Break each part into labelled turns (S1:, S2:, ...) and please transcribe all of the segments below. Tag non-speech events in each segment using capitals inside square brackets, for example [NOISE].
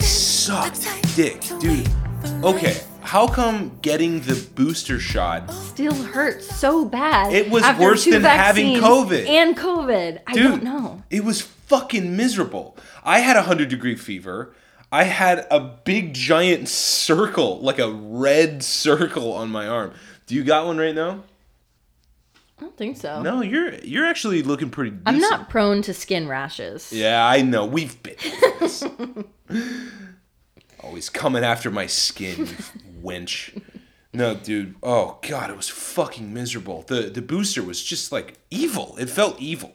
S1: sucked dick, dude. Okay, how come getting the booster shot?
S2: Still hurts so bad.
S1: It was
S2: after
S1: worse
S2: two
S1: than having
S2: vaccines
S1: COVID.
S2: And COVID. I
S1: Dude,
S2: don't know.
S1: It was fucking miserable. I had a hundred degree fever. I had a big giant circle, like a red circle on my arm. Do you got one right now?
S2: I don't think so.
S1: No, you're you're actually looking pretty. Decent.
S2: I'm not prone to skin rashes.
S1: Yeah, I know. We've been.
S2: [LAUGHS]
S1: through this. Always coming after my skin, you [LAUGHS] wench. No, dude. Oh god, it was fucking miserable. The the booster was just like evil. It felt evil.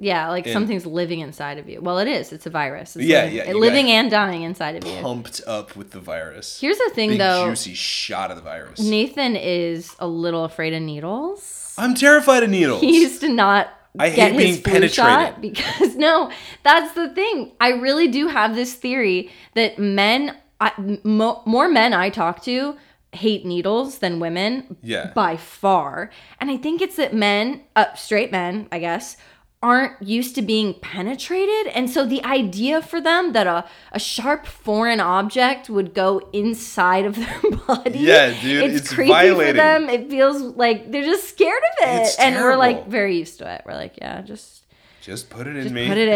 S2: Yeah, like something's living inside of you. Well, it is. It's a virus. It's
S1: Yeah,
S2: living,
S1: yeah,
S2: it-
S1: you got-
S2: living and dying inside of you.
S1: Pumped up with the virus.
S2: Here's the thing,
S1: Big
S2: though.
S1: juicy shot of the virus.
S2: Nathan is a little afraid of needles.
S1: I'm terrified of needles.
S2: [LAUGHS] He used to not
S1: I
S2: get
S1: hate
S2: his
S1: being
S2: flu
S1: penetrated.
S2: shot [LAUGHS] because no, that's the thing. I really do have this theory that men, I, mo- more men I talk to, hate needles than women
S1: Yeah.
S2: by far. And I think it's that men, uh, straight men, I guess, aren't used to being penetrated. And so the idea for them that a, a sharp foreign object would go inside of their [LAUGHS] body.
S1: Yeah, dude, it's
S2: creepy
S1: violating.
S2: for them. [LAUGHS] It feels like they're just scared of it.
S1: It's
S2: and we're like
S1: terrible.
S2: very used to it. We're like, yeah, just
S1: Just put it in me.
S2: put it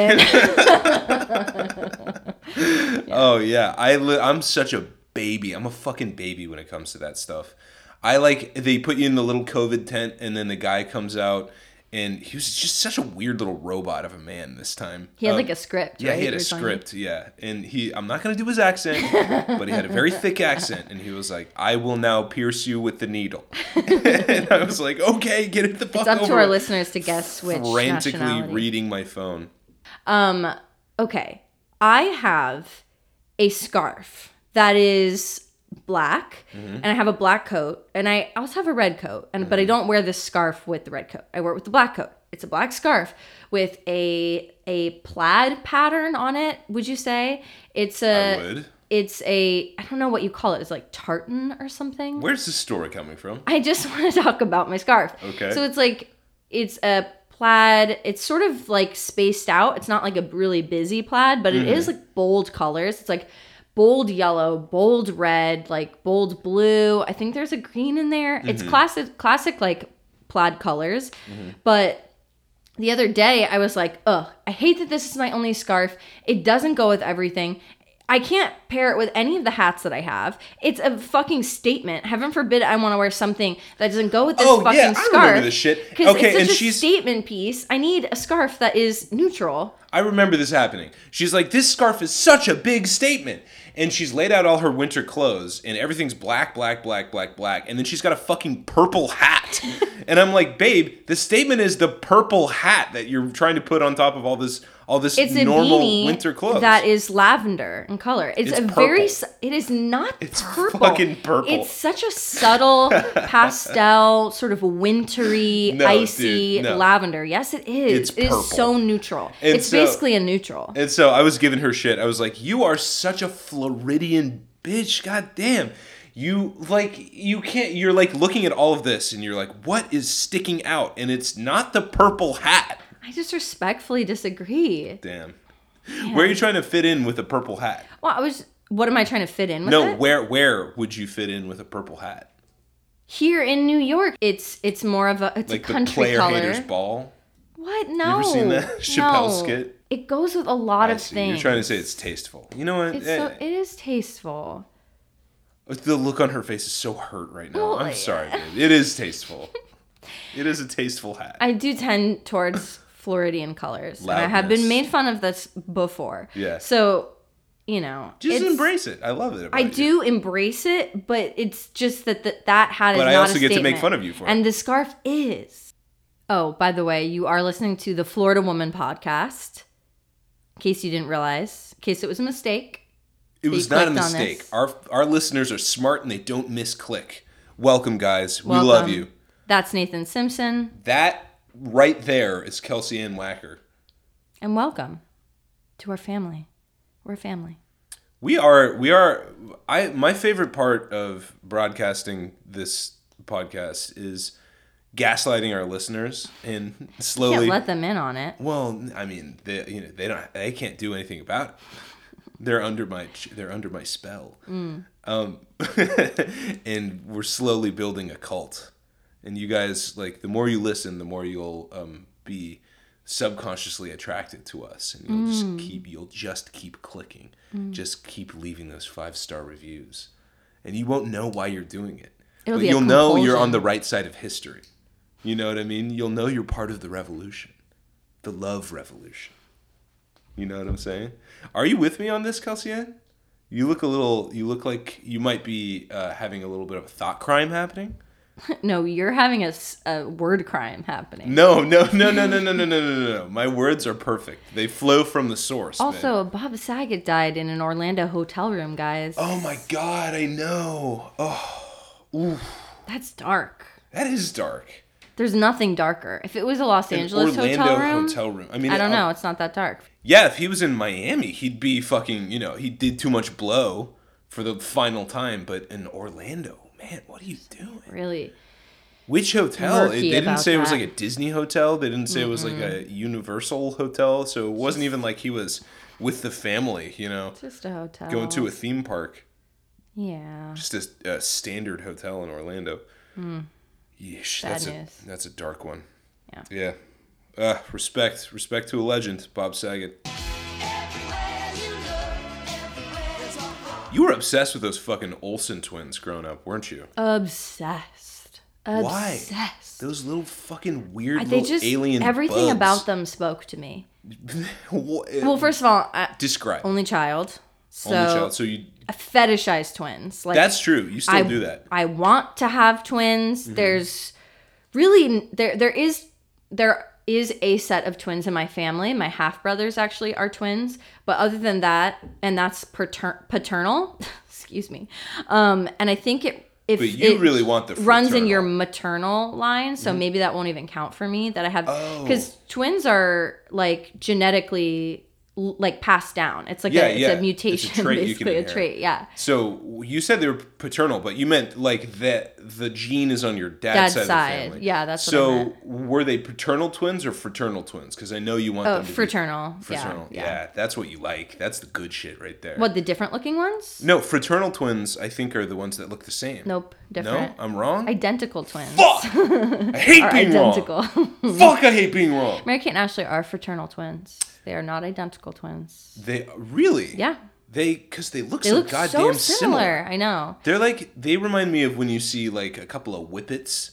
S1: [LAUGHS]
S2: in.
S1: Oh yeah, I li- I'm such a baby. I'm a fucking baby when it comes to that stuff. I like they put you in the little COVID tent, and then the guy comes out, and he was just such a weird little robot of a man this time.
S2: he had
S1: Um,
S2: like a script.
S1: yeah,
S2: right?
S1: he had
S2: You
S1: a
S2: were telling me.
S1: script. Yeah, and he I'm not gonna do his accent, but he had a very thick accent, and he was like, "I will now pierce you with the needle," [LAUGHS] and I was like, "Okay, get it the fuck
S2: It's up to
S1: over
S2: our
S1: with."
S2: listeners to guess which
S1: Frantically
S2: nationality.
S1: reading my phone.
S2: Um, okay. I have a scarf that is black
S1: Mm-hmm.
S2: and I have a black coat and I also have a red coat and but I don't wear this scarf with the red coat. I wear it with the black coat. It's a black scarf with a a plaid pattern on it, would you say? It's
S1: I
S2: a
S1: would.
S2: it's a I don't know what you call it. It's like tartan or something.
S1: Where's this story coming from?
S2: I just [LAUGHS] want to talk about my scarf.
S1: Okay.
S2: So it's like it's a plaid. It's sort of like spaced out. It's not like a really busy plaid, but it is like bold colors. It's like bold yellow, bold red, like bold blue. I think there's a green in there. It's classic classic like plaid colors. But the other day I was like, ugh, I hate that this is my only scarf. It doesn't go with everything. I can't pair it with any of the hats that I have. It's a fucking statement. Heaven forbid I want to wear something that doesn't go with this
S1: Oh,
S2: fucking
S1: yeah, I
S2: scarf.
S1: remember this shit.
S2: 'Cause
S1: Okay,
S2: it's such
S1: and
S2: a
S1: she's-
S2: statement piece. I need a scarf that is neutral.
S1: I remember this happening. She's like, This scarf is such a big statement. And she's laid out all her winter clothes, and everything's black, black, black, black, black. And then she's got a fucking purple
S2: [LAUGHS]
S1: hat. and I'm like, Babe, the statement is the purple hat that you're trying to put on top of all this, all this
S2: It's a
S1: normal
S2: beanie
S1: winter clothes.
S2: that is lavender in color. It's,
S1: It's
S2: a
S1: purple.
S2: very. s- It is not
S1: It's
S2: purple.
S1: fucking purple.
S2: It's such
S1: [LAUGHS]
S2: a subtle pastel, sort of wintry,
S1: No,
S2: icy
S1: dude, no.
S2: lavender. Yes, it is.
S1: It's
S2: it
S1: purple.
S2: is so neutral.
S1: And
S2: it's
S1: so-
S2: basically a neutral.
S1: And so I was giving her shit. I was like, "You are such a Floridian bitch. God damn. You like you can't you're like looking at all of this and you're like, "What is sticking out?" And it's not the purple hat.
S2: I just respectfully disagree.
S1: Damn. Where are you trying to fit in with a purple hat?
S2: Well, I was. What am I trying to fit in with
S1: no,
S2: it?
S1: where where would you fit in with a purple hat?
S2: Here in New York, it's it's more of a it's
S1: Like
S2: a
S1: the
S2: country
S1: player
S2: color.
S1: haters ball?
S2: What? No.
S1: ever seen that [LAUGHS] Chappelle
S2: No.
S1: skit?
S2: It goes with a lot
S1: I
S2: of
S1: see.
S2: things.
S1: You're trying to say it's tasteful. You know what?
S2: It's
S1: Eh,
S2: so, it is tasteful.
S1: the look on her face is so hurt right now.
S2: Well,
S1: I'm
S2: yeah.
S1: sorry, babe. It is
S2: [LAUGHS]
S1: tasteful. it is a tasteful hat.
S2: I do
S1: [LAUGHS]
S2: tend towards Floridian colors. And I have been
S1: Loudness.
S2: made fun of this before.
S1: Yeah.
S2: So, you know,
S1: Just
S2: it's-
S1: embrace it. I love it. About
S2: I
S1: you.
S2: do embrace it, but it's just that th- that hat is
S1: But I
S2: not
S1: also
S2: a
S1: get to make
S2: statement.
S1: fun of you for it.
S2: And the scarf is. Oh, by the way, you are listening to the Florida Woman podcast. In case you didn't realize, in case it was a mistake.
S1: It was not a
S2: clicked on
S1: mistake.
S2: this.
S1: Our our listeners are smart and they don't misclick. Welcome, guys.
S2: Welcome.
S1: We love you.
S2: That's Nathan Simpson,
S1: That right there is Kelsey Ann Wacker.
S2: and welcome to our family. We're a family.
S1: We are we are I my favorite part of broadcasting this podcast is gaslighting our listeners and [LAUGHS]
S2: Can't
S1: slowly
S2: let them in on it.
S1: well, I mean, they you know, they don't they can't do anything about it. They're under my ch- they're under my spell.
S2: Mm.
S1: Um, [LAUGHS] and we're slowly building a cult. And you guys like the more you listen, the more you'll um, be subconsciously attracted to us, and you'll
S2: Mm.
S1: just keep you'll just keep clicking, just keep leaving those five star reviews, and you won't know why you're doing it.
S2: It'll
S1: but
S2: be a
S1: you'll know you're
S2: compulsion.
S1: on the right side of history. You know what I mean? You'll know you're part of the revolution, the love revolution. You know what I'm saying? Are you with me on this, Kelsian? You look a little. You look like you might be uh, having a little bit of a thought crime happening.
S2: No, you're having a, s- a word crime happening.
S1: No, no, no, no, no, no, no, no, no, no. My words are perfect. They flow from the source. babe.
S2: Also, Bob Saget died in an Orlando hotel room, guys.
S1: Oh my God! I know. Oh,
S2: That's dark.
S1: that is dark.
S2: There's nothing darker. If it was a Los
S1: An
S2: Angeles hotel room,
S1: hotel room. I mean,
S2: I don't
S1: uh,
S2: know. It's not that dark.
S1: Yeah, if he was in Miami, he'd be fucking. You know, he did too much blow for the final time. But in Orlando, man, what are you doing?
S2: Really.
S1: Which hotel? It,
S2: murky
S1: they didn't
S2: about
S1: say it was
S2: that.
S1: like a Disney hotel. They didn't say it was like a Universal hotel. So it wasn't even like he was with the family. You know,
S2: Just a hotel.
S1: going to a theme park.
S2: Yeah.
S1: just a, a standard hotel in Orlando.
S2: Hmm.
S1: Yeesh, that's a,
S2: news.
S1: that's a dark one.
S2: Yeah.
S1: Yeah. Uh, respect, respect to a legend, Bob Saget. You were obsessed with those fucking Olsen twins growing up, weren't you?
S2: Obsessed.
S1: Why?
S2: Obsessed.
S1: Those little fucking weird
S2: I- They
S1: little
S2: just
S1: alien
S2: everything
S1: bugs.
S2: about them spoke to me.
S1: [LAUGHS] What-
S2: Well, first of all, I,
S1: eh, describe
S2: only child. So
S1: only child. So you
S2: I fetishize twins. Like
S1: that's true. You still
S2: I
S1: do that.
S2: I want to have twins.
S1: Mm-hmm.
S2: There's really n- there there is there is a set of twins in my family. My half brothers actually are twins, but other than that, and that's pater- paternal. [LAUGHS] excuse me. Um, and I think it if
S1: But you
S2: it
S1: really want the
S2: runs in
S1: fraternal. Mm-hmm.
S2: your maternal line, so maybe that won't even count for me that I have
S1: Oh.
S2: because twins are like genetically l- like passed down. It's like
S1: Yeah,
S2: a, it's
S1: yeah. It's
S2: a
S1: a
S2: mutation,
S1: trait you can
S2: basically a
S1: inherit.
S2: trait. Yeah.
S1: So you said they were paternal, but you meant like that the gene is on your dad's,
S2: Dad's
S1: side, of
S2: side.
S1: the family.
S2: Yeah, that's what I
S1: so.
S2: meant.
S1: were they paternal twins or fraternal twins? Because I know you want
S2: Oh,
S1: them to
S2: fraternal.
S1: be fraternal.
S2: yeah.
S1: Yeah, that's what you like. That's the good shit right there.
S2: What the different looking ones?
S1: No, fraternal twins. I think are the ones that look the same.
S2: Nope,
S1: No, um,
S2: different.
S1: I'm wrong.
S2: identical twins.
S1: Fuck! I hate
S2: Are
S1: being
S2: identical. [LAUGHS]
S1: wrong. Fuck! I hate being wrong.
S2: Mary Kate and Ashley are fraternal twins. They are not identical twins.
S1: They really.
S2: Yeah,
S1: They because they look
S2: they
S1: so
S2: look so
S1: goddamn
S2: similar.
S1: similar.
S2: I know.
S1: They're like they remind me of when you see like a couple of whippets.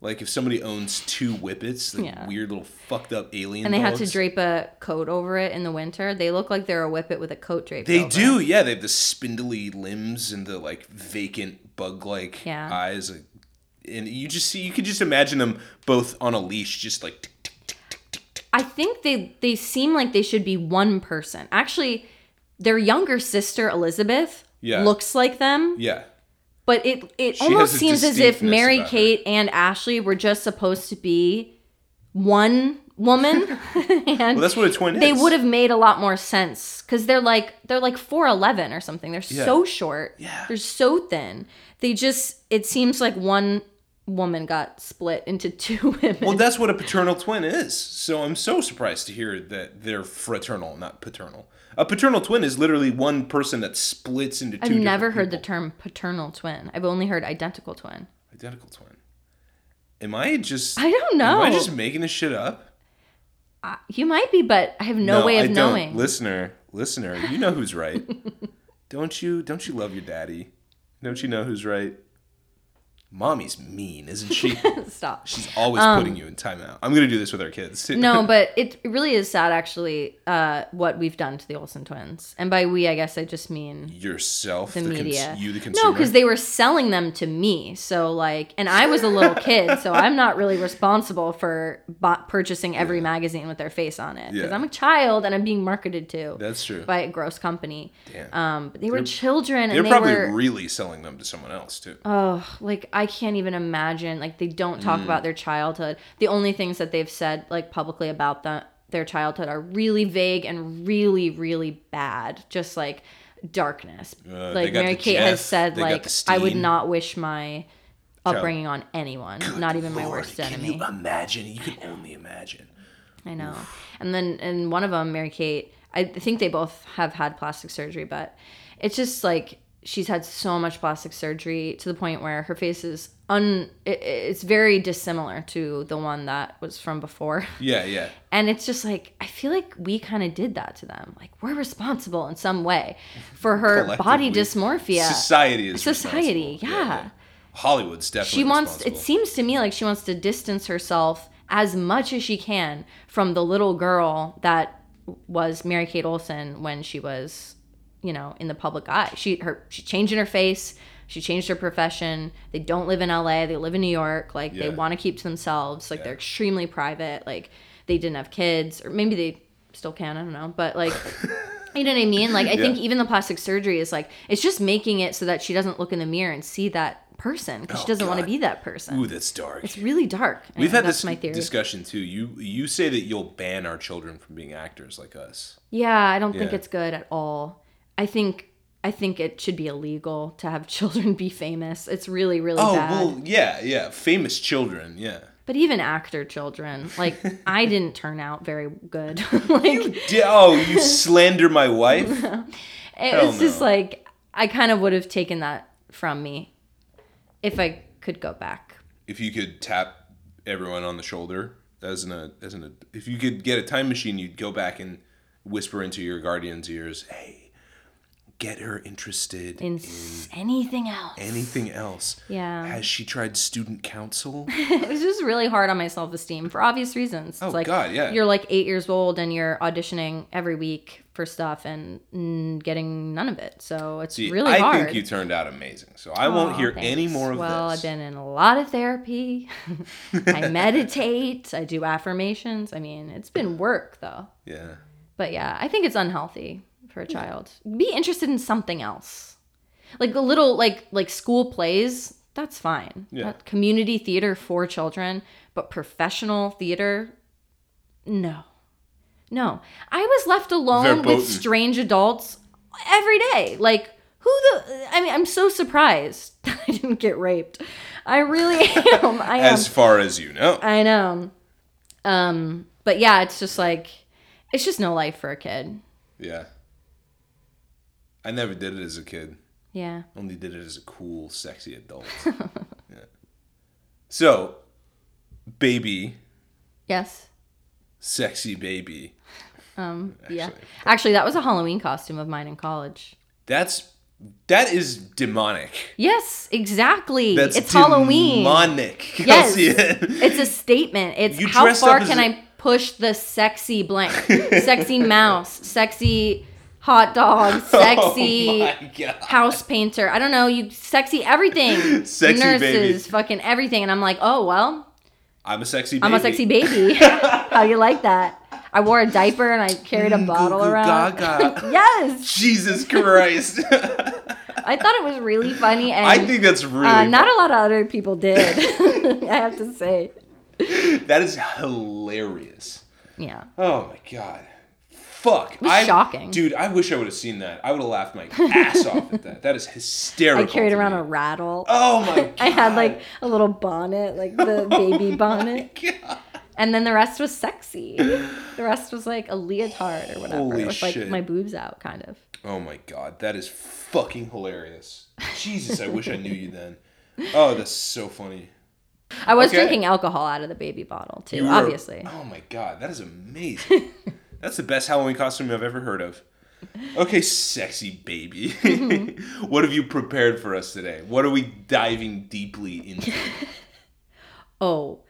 S1: Like if somebody owns two whippets, like
S2: Yeah.
S1: weird little fucked up alien.
S2: And they had to
S1: dogs.
S2: drape a coat over it in the winter. They look like they're a whippet with a coat draped.
S1: They
S2: over
S1: do,
S2: it.
S1: yeah. They have the spindly limbs and the like vacant bug-like
S2: Yeah.
S1: eyes, like, and you just see you can just imagine them both on a leash, just like tick, tick, tick.
S2: I think they they seem like they should be one person. Actually, their younger sister Elizabeth
S1: Yeah.
S2: looks like them.
S1: yeah.
S2: But it it
S1: She
S2: almost
S1: has a
S2: seems as if
S1: distinctness
S2: Mary
S1: about her.
S2: Kate and Ashley were just supposed to be one woman.
S1: [LAUGHS]
S2: and
S1: Well, that's what a twin
S2: they
S1: is.
S2: would have made a lot more sense cuz they're like they're like 4'11 or something. They're so short.
S1: Yeah.
S2: They're so thin. They just it seems like one woman got split into [LAUGHS] two women.
S1: Well, that's what a paternal twin is. So I'm so surprised to hear that they're fraternal, not paternal. A paternal twin is literally one person that splits into 2
S2: I've never
S1: different
S2: heard the
S1: people.
S2: term paternal twin. I've only heard identical twin.
S1: identical twin. Am I just?
S2: I don't know.
S1: Am I just making this shit up?
S2: I- you might be, but I have no, way of
S1: I don't.
S2: knowing.
S1: Listener, listener, you know who's
S2: [LAUGHS]
S1: right. don't you? Don't you love your daddy? Don't you know who's right? Mommy's mean, isn't
S2: [LAUGHS]
S1: she?
S2: Stop.
S1: She's always putting you in timeout. I'm gonna do this with our kids. too.
S2: Um, no, but it it really is sad, actually, uh, what we've done to the Olsen twins. And by we, I guess I just mean
S1: yourself,
S2: the,
S1: the, cons-
S2: media.
S1: you, the
S2: no,
S1: consumer.
S2: because they were selling them to me. So, like, and I was a little kid,
S1: [LAUGHS]
S2: so I'm not really responsible for bought, purchasing every magazine with their face on it. Because
S1: Yeah.
S2: I'm a child and I'm being marketed to
S1: That's true.
S2: by a gross company.
S1: Damn.
S2: Um, but they were children and
S1: They're
S2: they
S1: probably
S2: were.
S1: really selling them to someone else too.
S2: Oh, like I can't even imagine. Like they don't talk
S1: Mm.
S2: about their childhood. The only things that they've said like publicly about the, their childhood are really vague and really, really bad. Just like darkness.
S1: Uh, they
S2: like
S1: got
S2: Mary
S1: the
S2: Kate
S1: Jeff,
S2: has said,
S1: they got
S2: like
S1: the
S2: I would
S1: Steen.
S2: not wish my upbringing on anyone, not even my worst enemy.
S1: Can you imagine? You can only imagine.
S2: I know. And then in one of them, Mary Kate I think they both have had plastic surgery, but it's just like she's had so much plastic surgery to the point where her face is un it, it's very dissimilar to the one that was from before. [LAUGHS]
S1: Yeah, yeah.
S2: And it's just like I feel like we kind of did that to them. Like we're responsible in some way for her body
S1: Collectively.
S2: dysmorphia.
S1: [LAUGHS] Society is
S2: Society,
S1: responsible.
S2: yeah.
S1: Hollywood's definitely.
S2: She wants it
S1: responsible.
S2: seems to me like she wants to distance herself as much as she can from the little girl that was Mary Kate Olsen when she was, you know, in the public eye. She her she changed in her face, she changed her profession. They don't live in LA, they live in New York. Like they
S1: Yeah.
S2: want to keep to themselves. Like they're extremely private. Like they didn't have kids or maybe they still can, I don't know. But like You know what I
S1: [LAUGHS]
S2: mean? Like I think even the plastic surgery is like it's just making it so that she doesn't look in the mirror and see that person because
S1: Oh,
S2: she doesn't want to
S1: God.
S2: be that person.
S1: Ooh, that's dark.
S2: It's really dark.
S1: We've
S2: Yeah,
S1: had
S2: that's
S1: this
S2: my theory.
S1: discussion too. You you say that you'll ban our children from being actors like us.
S2: yeah, I don't think
S1: Yeah.
S2: it's good at all. I think I think it should be illegal to have [LAUGHS] children be famous. It's really really
S1: Oh
S2: bad.
S1: well, yeah, yeah. Famous children, yeah. [LAUGHS]
S2: but even actor children, like I didn't turn out very good. [LAUGHS] like
S1: Di- oh, you slander my wife.
S2: it was
S1: Hell
S2: just
S1: no.
S2: like I kind of would have taken that from me if I could go back.
S1: If you could tap everyone on the shoulder as an a- as an a- if you could get a time machine, you'd go back and whisper into your guardian's ears, "Hey, get her interested
S2: in s-
S1: Mm.
S2: anything else.
S1: anything else.
S2: Yeah.
S1: Has she tried student
S2: [LAUGHS]
S1: council?
S2: it was just really hard on my self esteem for obvious reasons. It's
S1: Oh,
S2: like
S1: God, yeah.
S2: you're like eight years old and you're auditioning every week for stuff and mm, getting none of it. So it's
S1: See,
S2: really
S1: I
S2: hard.
S1: think you turned out amazing. So I won't
S2: Aw,
S1: hear any
S2: thanks.
S1: more of
S2: well,
S1: this.
S2: I've been in a lot of therapy. [LAUGHS]
S1: [LAUGHS]
S2: I meditate. I do affirmations. I mean, it's been work though.
S1: yeah.
S2: But yeah, I think it's unhealthy for a child. Be interested in something else. Like a little like like school plays, that's fine.
S1: Yeah.
S2: Not community theater for children, but professional theater, no. No. I was left alone
S1: Verboten.
S2: with strange adults every day. Like who the I mean, I'm so surprised [LAUGHS] that I didn't get raped. I really am. I am.
S1: As far as you know.
S2: I know. Um, but yeah, it's just like it's just no life for a kid.
S1: yeah. I never did it as a kid.
S2: Yeah.
S1: Only did it as a cool, sexy
S2: [LAUGHS]
S1: adult. yeah. So, baby,
S2: Yes.
S1: sexy baby.
S2: Um, yeah. Actually, that was a Halloween costume of mine in college.
S1: That's that is demonic.
S2: Yes, exactly.
S1: That's
S2: it's Halloween.
S1: Demonic. [LAUGHS]
S2: Yes.
S1: Kelsey.
S2: It's a statement. It's
S1: You
S2: how
S1: dressed
S2: far
S1: up as
S2: can
S1: a-
S2: I push the sexy blank?
S1: [LAUGHS]
S2: sexy mouse, sexy hot dog,
S1: [LAUGHS]
S2: sexy
S1: Oh my god.
S2: house painter. I don't know, you sexy
S1: [LAUGHS]
S2: everything.
S1: Sexy
S2: nurses,
S1: baby.
S2: fucking everything. And I'm like, oh well,
S1: I'm a sexy baby.
S2: I'm a
S1: [LAUGHS]
S2: sexy baby. How you like that? I wore a diaper and I carried a
S1: Mm,
S2: bottle
S1: goo goo
S2: around.
S1: gaga.
S2: yes,
S1: [LAUGHS] Jesus Christ. [LAUGHS]
S2: I thought it was really funny, and
S1: I think that's really
S2: uh, not a lot of other people did. [LAUGHS] I have to say,
S1: that is hilarious.
S2: yeah,
S1: Oh my god. Fuck.
S2: was
S1: I-
S2: shocking.
S1: Dude, I wish I would have seen that. I would have laughed my ass off at that. That is hysterical.
S2: [LAUGHS] I carried
S1: to
S2: around
S1: me.
S2: a rattle.
S1: Oh my god.
S2: [LAUGHS]
S1: [LAUGHS] Oh
S2: I had like a little bonnet, like the baby bonnet,
S1: God.
S2: and then the rest was sexy. The rest was like a leotard or whatever,
S1: Holy
S2: with like
S1: shit.
S2: my boobs out, kind of.
S1: Oh my god. That is fucking hilarious. Jesus, I wish I knew you then. Oh, that's so funny.
S2: I was
S1: Okay.
S2: drinking alcohol out of the baby bottle too,
S1: You were-
S2: obviously.
S1: Oh my god, that is amazing. That's the best Halloween costume I've ever heard of. Okay, sexy baby. [LAUGHS] what have you prepared for us today? What are we diving deeply
S2: [LAUGHS]
S1: into?
S2: Oh,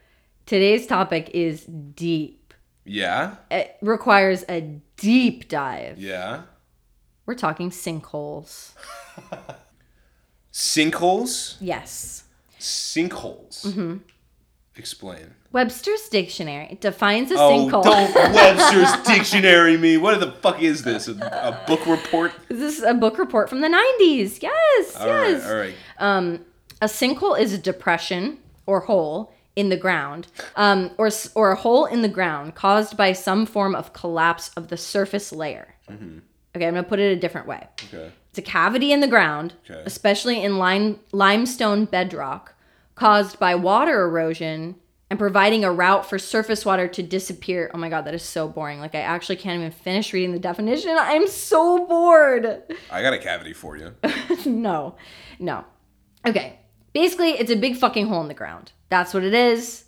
S2: today's topic is deep.
S1: Yeah?
S2: It requires a deep dive.
S1: Yeah.
S2: We're talking sinkholes.
S1: Sinkholes?
S2: Yes.
S1: Sinkholes.
S2: Mm-hmm.
S1: Explain.
S2: Webster's dictionary defines a
S1: Oh,
S2: sinkhole.
S1: don't
S2: [LAUGHS]
S1: Webster's dictionary me. What the fuck is this? A, a book report?
S2: This is a book report from the 90s. Yes,
S1: All right,
S2: yes.
S1: all right.
S2: A sinkhole is a depression or hole in the ground, um, or s- or a hole in the ground caused by some form of collapse of the surface layer.
S1: Mm-hmm.
S2: Okay, I'm gonna put it a different way.
S1: Okay.
S2: It's a cavity in the ground,
S1: Okay.
S2: especially in lime, limestone bedrock, caused by water erosion. and providing a route for surface water to disappear. Oh my god, that is so boring. Like I actually can't even finish reading the definition. I'm so bored.
S1: I got a cavity for you.
S2: [LAUGHS] no. No. Okay. Basically, it's a big fucking hole in the ground. That's what it is.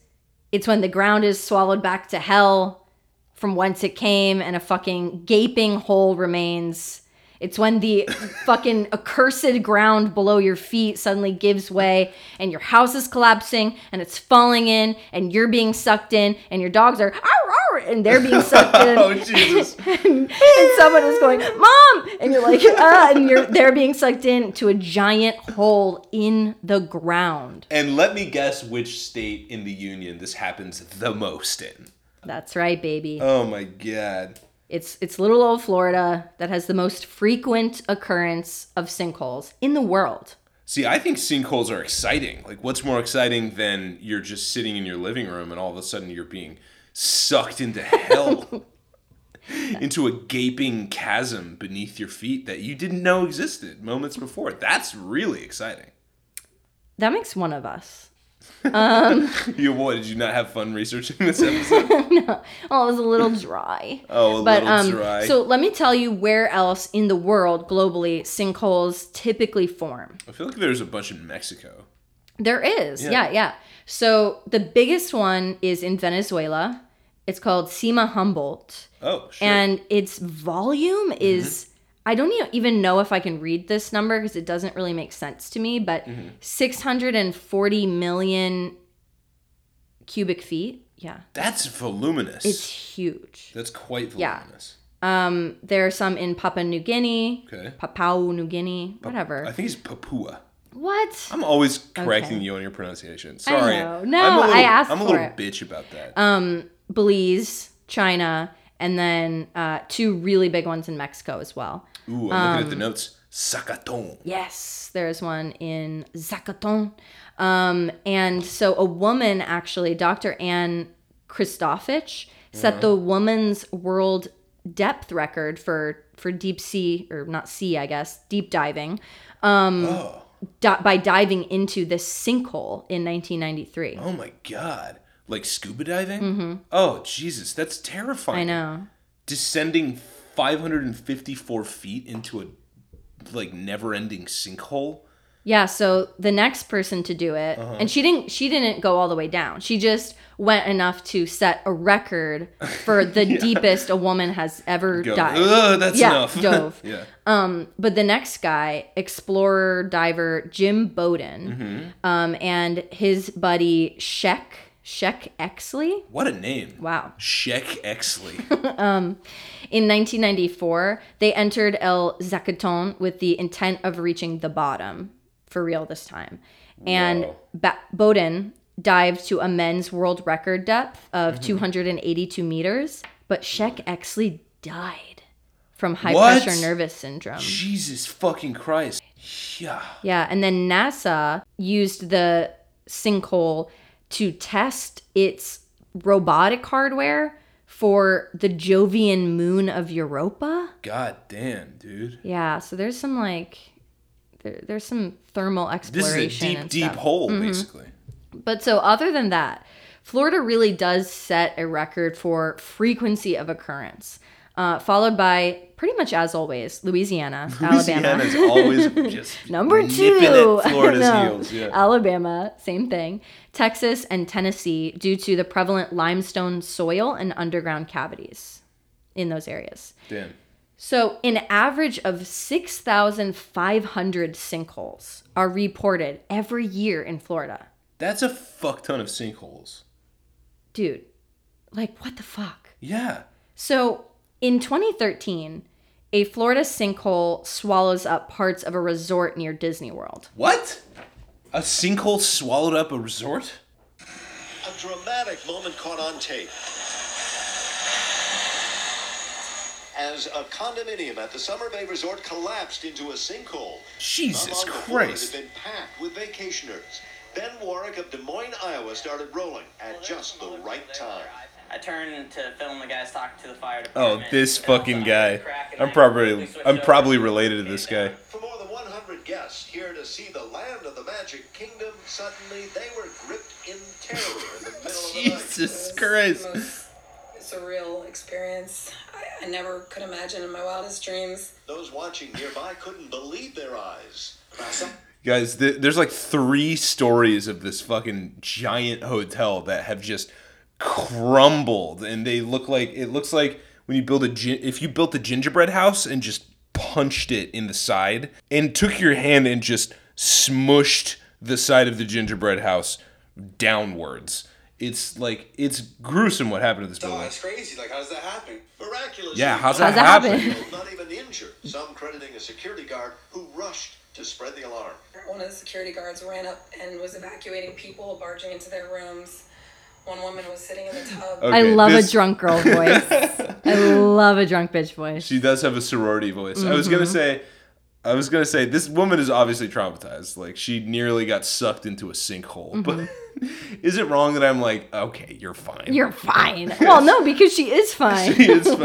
S2: It's when the ground is swallowed back to hell from whence it came and a fucking gaping hole remains. It's when the [LAUGHS] fucking accursed ground below your feet suddenly gives way and your house is collapsing and it's falling in and you're being sucked in and your dogs are "Arr, arr," and they're being sucked
S1: [LAUGHS]
S2: in.
S1: Oh, Jesus.
S2: and, and someone is going, "Mom!" and you're like, "Ah," and you're they're being sucked in to a giant hole in the ground.
S1: [LAUGHS] And let me guess which state in the union this happens the most in.
S2: That's right, baby.
S1: Oh my god.
S2: It's it's little old Florida that has the most frequent occurrence of sinkholes in the world.
S1: See, I think sinkholes are exciting. Like what's more exciting than you're just sitting in your living room and all of a sudden you're being sucked into [LAUGHS] hell. into a gaping chasm beneath your feet that you didn't know existed moments before. That's really exciting. [LAUGHS]
S2: That makes one of us.
S1: You what, did you not have fun researching this [LAUGHS] episode?
S2: Oh, it was
S1: [LAUGHS]
S2: a little dry.
S1: Oh, a
S2: but
S1: little
S2: um,
S1: dry.
S2: so let me tell you where else in the world globally sinkholes typically form.
S1: I feel like there's a bunch in Mexico.
S2: There is, yeah, yeah. So the biggest one is in Venezuela. It's called Sima Humboldt,
S1: Oh, shit.
S2: and its volume
S1: Mm-hmm.
S2: is. I don't e- even know if I can read this number because it doesn't really make sense to me, but
S1: Mm-hmm.
S2: 640 million cubic feet. Yeah,
S1: That's voluminous.
S2: it's huge.
S1: That's quite
S2: Yeah.
S1: voluminous.
S2: Um, there are some in Papua New Guinea,
S1: Okay.
S2: Papua New Guinea, whatever.
S1: I think it's Papua.
S2: what?
S1: I'm always correcting
S2: Okay.
S1: you on your pronunciation. Sorry.
S2: know. No,
S1: I'm a little,
S2: I asked
S1: I'm a
S2: for
S1: little
S2: it. Um,
S1: bitch about that.
S2: Belize, China, and then uh, two really big ones in Mexico as well.
S1: Ooh, I'm looking at
S2: um,
S1: the notes. Sacaton.
S2: Yes, there is one in Zacaton. Um, and so a woman, actually, Dr. Anne Kristofich, set the woman's world depth record for for deep sea or not sea, I guess, deep diving mm.
S1: Oh,
S2: di- by diving into this sinkhole in 1993.
S1: oh my god. Like scuba diving? Mm-hmm. Oh, Jesus. That's terrifying.
S2: I know.
S1: Descending 554 feet into a like never-ending sinkhole.
S2: Yeah, so the next person to do it,
S1: Uh-huh.
S2: and she didn't she didn't go all the way down. She just went enough to set a record for
S1: [LAUGHS]
S2: the deepest a woman has ever
S1: Go,
S2: dived.
S1: Ugh, that's
S2: Yeah,
S1: enough. [LAUGHS]
S2: dove.
S1: yeah.
S2: But the next guy, explorer diver Jim Bowden,
S1: Mm-hmm.
S2: um, and his buddy Sheck Sheck Exley.
S1: What a name.
S2: Wow.
S1: Sheck Exley.
S2: In 1994, they entered El Zacaton with the intent of reaching the bottom for real this time. And
S1: Wow.
S2: ba- Bowden dived to a men's world record depth of 282 meters, but Sheck Exley died from high
S1: What?
S2: pressure nervous syndrome.
S1: Jesus fucking Christ. Yeah.
S2: Yeah, and then NASA used the sinkhole to test its robotic hardware for the Jovian moon of Europa.
S1: God damn, dude.
S2: Yeah, so there's some like there, there's some thermal
S1: This
S2: exploration.
S1: is a deep,
S2: and
S1: deep
S2: stuff. Mm-hmm.
S1: hole, basically.
S2: But so other than that, Florida really does set a record for frequency of occurrence, uh, followed by pretty much as always
S1: [LAUGHS]
S2: Louisiana, Alabama.
S1: Louisiana's always just
S2: [LAUGHS] Number
S1: nipping
S2: two, [LAUGHS]
S1: at Florida's
S2: No.
S1: heels. Yeah.
S2: Alabama, same thing. Texas and Tennessee, due to the prevalent limestone soil and underground cavities in those areas.
S1: Damn.
S2: So, an average of 6,500 sinkholes are reported every year in Florida.
S1: That's a fuck ton of sinkholes.
S2: Dude, like, what the fuck?
S1: Yeah.
S2: So, in 2013, a Florida sinkhole swallows up parts of a resort near Disney World.
S1: What? A sinkhole swallowed up a resort?
S3: A dramatic moment caught on tape. As a condominium at the Summer Bay Resort collapsed into a sinkhole.
S1: Jesus
S3: Not long before,
S1: Christ.
S3: It had been packed with vacationers. Ben Warwick of Des Moines, Iowa started rolling at just the right time.
S4: I I turned to film the guys talking to the fire
S1: Oh,
S4: department.
S1: this
S4: and I
S1: fucking
S4: saw
S1: guy.
S4: the crack and
S1: I'm
S4: I
S1: probably
S4: quickly switched
S1: I'm
S4: over
S1: probably
S4: and uh,
S1: related to
S4: came
S1: this
S4: down.
S1: guy.
S3: For more than 100 guests here to see the land of the Magic Kingdom, suddenly they were gripped in terror in the middle of the
S1: [LAUGHS]
S3: night.
S1: Jesus
S5: It's
S1: Christ.
S5: the most surreal experience. I, I never could imagine in my wildest dreams.
S3: Those watching nearby couldn't believe their eyes.
S1: Guys, th- there's like three stories of this fucking giant hotel that have just crumbled, and they look like it looks like when you build a gin- if you built a gingerbread house and just punched it in the side and took your hand and just smushed the side of the gingerbread house downwards. It's like it's gruesome what happened to this
S6: Oh,
S1: building.
S6: that's crazy. Like, how does that happen?
S3: Miraculously,
S1: Yeah, how's
S2: How's
S1: that,
S2: that
S1: happen?
S2: happen?
S3: not even injured, some crediting a security guard who rushed to spread the alarm.
S5: One of the security guards ran up and was evacuating people, barging into their rooms. One woman was sitting in the tub.
S1: Okay.
S2: I love
S1: this-
S2: a drunk girl voice.
S1: [LAUGHS]
S2: I love a drunk bitch voice.
S1: She does have a sorority voice. I was
S2: Mm-hmm.
S1: gonna say, I was gonna say this woman is obviously traumatized. Like she nearly got sucked into a
S2: Mm-hmm.
S1: sinkhole. But [LAUGHS] is it wrong that I'm like, okay, you're fine.
S2: You're fine. Well, no, because she is fine.
S1: [LAUGHS] it's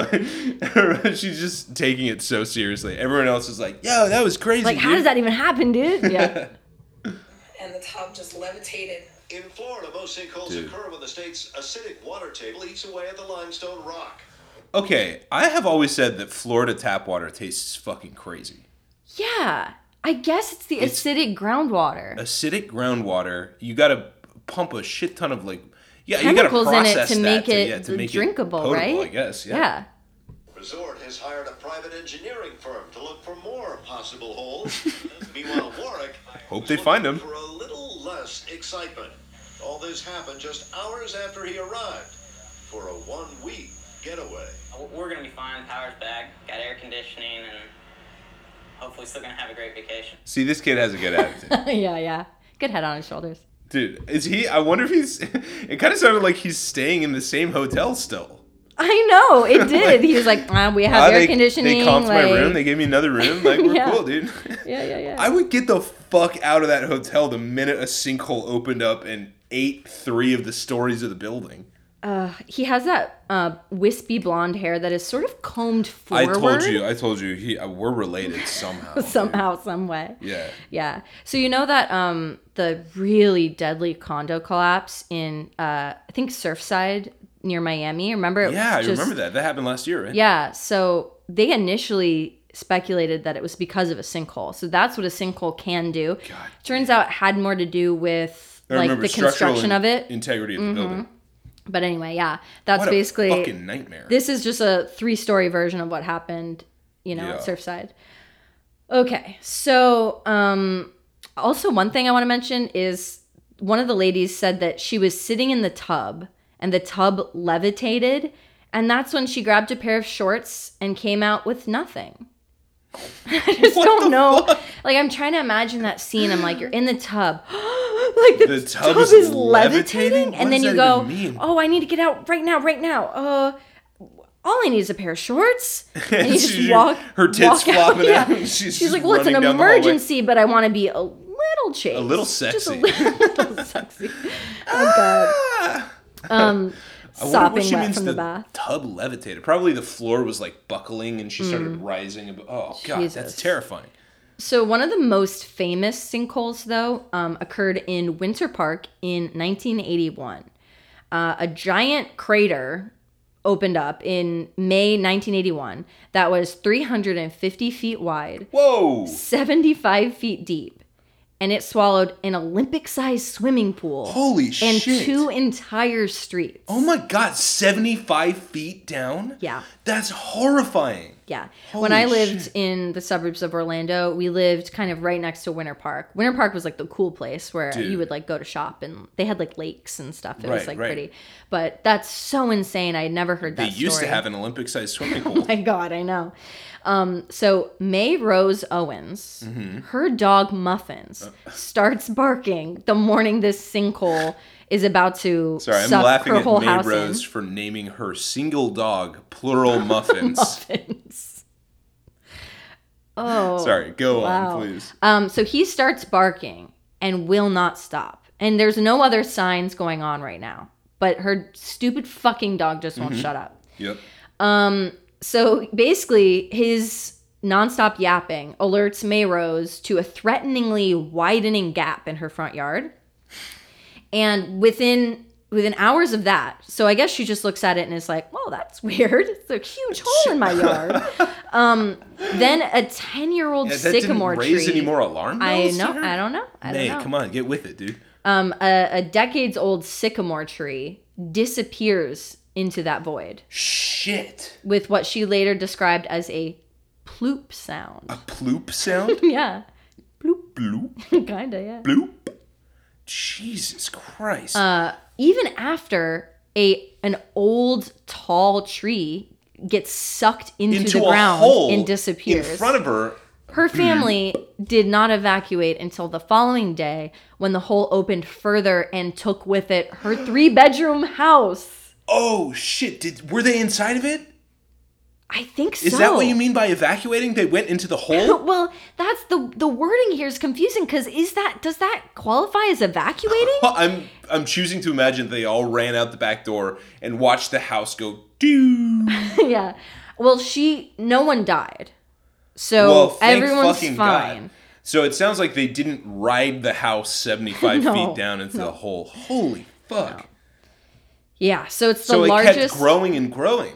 S1: fine. [LAUGHS] She's just taking it so seriously. Everyone else is like, yo, that was crazy.
S2: Like, how
S1: dude.
S2: does that even happen, dude? Yeah.
S1: [LAUGHS]
S5: and the tub just levitated.
S3: In Florida, most sinkholes occur when the state's acidic water table eats away at the limestone rock.
S1: Okay, I have always said that Florida tap water tastes fucking crazy.
S2: Yeah. I guess it's the acidic groundwater.
S1: Acidic groundwater. You gotta pump a shit ton of like. Yeah, you gotta
S2: Chemicals in it
S1: process
S2: to
S1: that
S2: make it
S1: yeah, to make
S2: drinkable,
S1: it potable,
S2: right?
S1: I guess.
S2: Yeah.
S3: Resort has hired a private engineering firm to look for more
S1: [LAUGHS]
S3: possible holes. Meanwhile, Warwick
S1: Hope
S3: was
S1: they find
S3: looking
S1: them.
S3: for a little less excitement. All this happened just hours after he arrived for a one-week getaway.
S4: We're- We're gonna be fine. Power's back. Got air conditioning, and hopefully, still gonna have a great vacation.
S1: See, this kid has a good attitude.
S2: yeah, [LAUGHS] yeah. Good head on his shoulders.
S1: Dude, is he? I wonder if he's. [LAUGHS] It kind of sounded like he's staying in the same hotel still.
S2: I know [LAUGHS] it did. he was like, ah, "We have
S1: Ah,
S2: air
S1: they,
S2: conditioning."
S1: They comped my
S2: like-
S1: room. They gave me another
S2: [LAUGHS]
S1: room. Like we're
S2: Yeah.
S1: cool, dude. [LAUGHS]
S2: yeah, yeah, yeah.
S1: I would get the fuck out of that hotel the minute a sinkhole opened up and ate three of the stories of the building.
S2: he has that uh, wispy blonde hair that is sort of combed forward.
S1: I told you. I told you. He, uh, we're related somehow. dude.
S2: [LAUGHS] somehow, some way.
S1: Yeah.
S2: Yeah. So you know that um the really deadly condo collapse in uh I think Surfside near Miami. Remember? It
S1: Yeah, I
S2: was
S1: remember that. That happened last year, right?
S2: Yeah. So they initially speculated that it was because of a sinkhole. So that's what a sinkhole can do. Turns out it had more to do with
S1: I
S2: like
S1: remember
S2: the
S1: structural
S2: construction
S1: in-
S2: of it.
S1: integrity of the building.
S2: But anyway, yeah. That's
S1: What a
S2: basically
S1: fucking nightmare.
S2: this is just a three story version of what happened, you know, at
S1: Yeah.
S2: Surfside. Okay. So, um, also, one thing I want to mention is one of the ladies said that she was sitting in the tub and the tub levitated. And that's when she grabbed a pair of shorts and came out with nothing. [LAUGHS] I just don't know. Like, I'm trying to imagine that scene. I'm like, you're in the tub. [GASPS] like, the,
S1: The
S2: tub,
S1: tub
S2: is,
S1: is
S2: levitating.
S1: levitating? What
S2: And then
S1: does that
S2: you go,
S1: even mean?
S2: oh, I need to get out right now, right now. Uh, all I need is a pair
S1: [LAUGHS]
S2: of shorts. And you
S1: She-
S2: just walk.
S1: her tits
S2: walk
S1: flopping
S2: yeah.
S1: out. She's
S2: She's,
S1: just
S2: like, well, it's an
S1: running down the hallway."
S2: emergency, but I want to be a little chased.
S1: A little
S2: Just [LAUGHS] a
S1: sexy. [LAUGHS]
S2: little sexy. Oh, God.
S1: Ah!
S2: Um,
S1: I wonder what
S2: sopping
S1: she
S2: wet
S1: means
S2: from the, bath.
S1: Tub levitated. Probably the floor was like buckling and she started rising. Ab- oh, God,
S2: Mm. Jesus.
S1: that's terrifying.
S2: So one of the most famous sinkholes, though, um, occurred in Winter Park in 1981. Uh, a giant crater opened up in May 1981 that was 350 feet wide,
S1: Whoa.
S2: 75 feet deep, and it swallowed an Olympic-sized swimming pool
S1: Holy
S2: and
S1: shit.
S2: two entire streets.
S1: oh, my God, 75 feet down?
S2: Yeah.
S1: That's horrifying.
S2: Yeah. when I
S1: Holy
S2: lived
S1: shit.
S2: in the suburbs of Orlando, we lived kind of right next to Winter Park. Winter Park was like the cool place where
S1: Dude.
S2: you would like go to shop and they had like lakes and stuff. It was
S1: Right,
S2: like
S1: right.
S2: pretty. But that's so insane. I had never heard
S1: They
S2: that
S1: used
S2: story.
S1: to have an Olympic sized
S2: [LAUGHS]
S1: swimming pool.
S2: My God, I know. Um, so May Rose Owens,
S1: Mm-hmm.
S2: her dog Muffins,
S1: Uh.
S2: starts barking the morning this sinkhole is about to
S1: Sorry, I'm
S2: suck
S1: laughing
S2: her
S1: at
S2: whole
S1: May
S2: house
S1: Rose
S2: in.
S1: for naming her single dog
S2: [LAUGHS]
S1: plural muffins.
S2: Muffins. [LAUGHS] Oh.
S1: Sorry, go
S2: Wow.
S1: on, please.
S2: Um, so he starts barking and will not stop. And there's no other signs going on right now. but her stupid fucking dog just
S1: Mm-hmm.
S2: won't shut up.
S1: Yep.
S2: So basically, his nonstop yapping alerts Mayrose to a threateningly widening gap in her front yard. And within within hours of that, so I guess she just looks at it and is like, "Well, that's [LAUGHS] weird. It's a huge hole in my yard." Um, then a ten year old
S1: Yeah, that
S2: sycamore
S1: didn't raise
S2: tree.
S1: any more alarm
S2: I
S1: bells to
S2: know.
S1: her?
S2: I don't know. I
S1: May,
S2: don't know.
S1: come on, get with it, dude.
S2: Um, a, a decades old sycamore tree disappears into that void
S1: Shit.
S2: with what she later described as a ploop sound.
S1: [LAUGHS] A ploop
S2: [LAUGHS]
S1: sound?
S2: yeah,
S1: bloop,
S2: kinda, yeah.
S1: bloop. Jesus Christ.
S2: Uh, even after a an old tall tree gets sucked into, the ground and disappears.
S1: in front of her.
S2: her family did not evacuate until the following day when the hole opened further and took with it her three bedroom house.
S1: Oh shit! Did were they inside of it?
S2: I think
S1: Is
S2: so.
S1: that what you mean by evacuating? They went into the hole.
S2: [LAUGHS] well, that's the the wording here is confusing because is that does that qualify as evacuating?
S1: Well, I'm I'm choosing to imagine they all ran out the back door and watched the house go
S2: [LAUGHS]
S1: doo.
S2: yeah. Well, she no one died, so
S1: well, thank
S2: everyone's
S1: fucking
S2: fine.
S1: God. So it sounds like they didn't ride the house 75
S2: [LAUGHS] No,
S1: feet down into the hole. Holy fuck.
S2: Yeah, so it's the
S1: so
S2: largest Mm-hmm.
S1: it kept growing and growing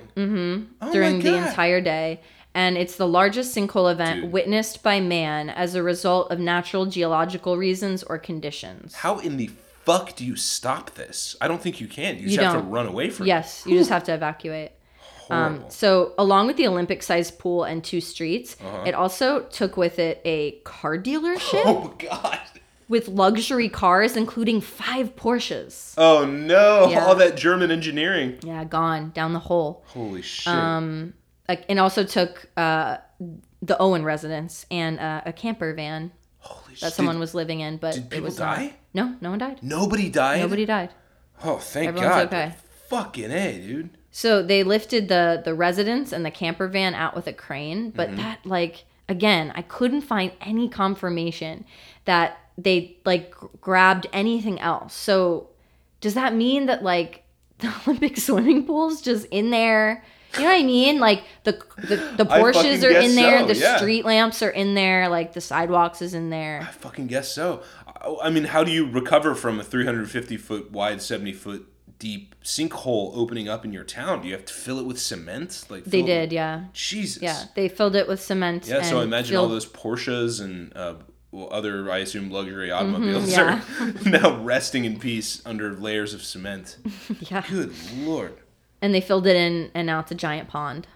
S1: oh
S2: during
S1: my
S2: the
S1: God.
S2: entire day, and it's the largest sinkhole event
S1: Dude.
S2: witnessed by man as a result of natural geological reasons or conditions.
S1: How in the fuck do you stop this? I don't think you can. You,
S2: You
S1: just have to
S2: don't.
S1: run away from
S2: Yes, you just have to evacuate.
S1: it.
S2: Um,
S1: Horrible.
S2: so, along with the Olympic sized pool and two streets,
S1: Uh-huh.
S2: it also took with it a
S1: [LAUGHS]
S2: car dealership
S1: [LAUGHS] oh god.
S2: with luxury cars, including five Porsches.
S1: Oh no.
S2: Yeah.
S1: All that German engineering.
S2: Yeah, gone down the hole.
S1: Holy shit.
S2: Um, Like, and also took uh, the Owen residence and uh, a camper van
S1: Holy
S2: that
S1: shit.
S2: someone was living in, but
S1: did
S2: it
S1: people
S2: was
S1: die?
S2: Not, no, no one died.
S1: Nobody died.
S2: Nobody died.
S1: Oh, thank
S2: Everyone's
S1: god.
S2: okay.
S1: Fucking A, dude.
S2: So they lifted the the residence and the camper van out with a crane, but
S1: Mm-hmm.
S2: that like again, I couldn't find any confirmation that they like gr- grabbed anything else. So does that mean that like [LAUGHS] the Olympic swimming pools just in there? You know what I mean? Like the the, the
S1: [LAUGHS] I fucking
S2: Porsches are
S1: guess
S2: in there,
S1: so,
S2: the
S1: yeah.
S2: street lamps are in there, like the sidewalks is in there.
S1: I fucking guess so. I- I mean, how do you recover from a 350 foot wide, 70 foot deep sinkhole opening up in your town? Do you have to fill it with cement? Like
S2: They
S1: fill it with-
S2: did, yeah.
S1: Jesus.
S2: Yeah, they filled it with cement.
S1: Yeah, so
S2: and
S1: imagine all
S2: filled-
S1: those Porsches and uh, well, other, I assume, luxury automobiles
S2: Mm-hmm,
S1: are [LAUGHS]
S2: yeah.
S1: now resting in peace under layers of cement.
S2: [LAUGHS] Yeah,
S1: Good lord.
S2: and they filled it in, and now it's a giant pond.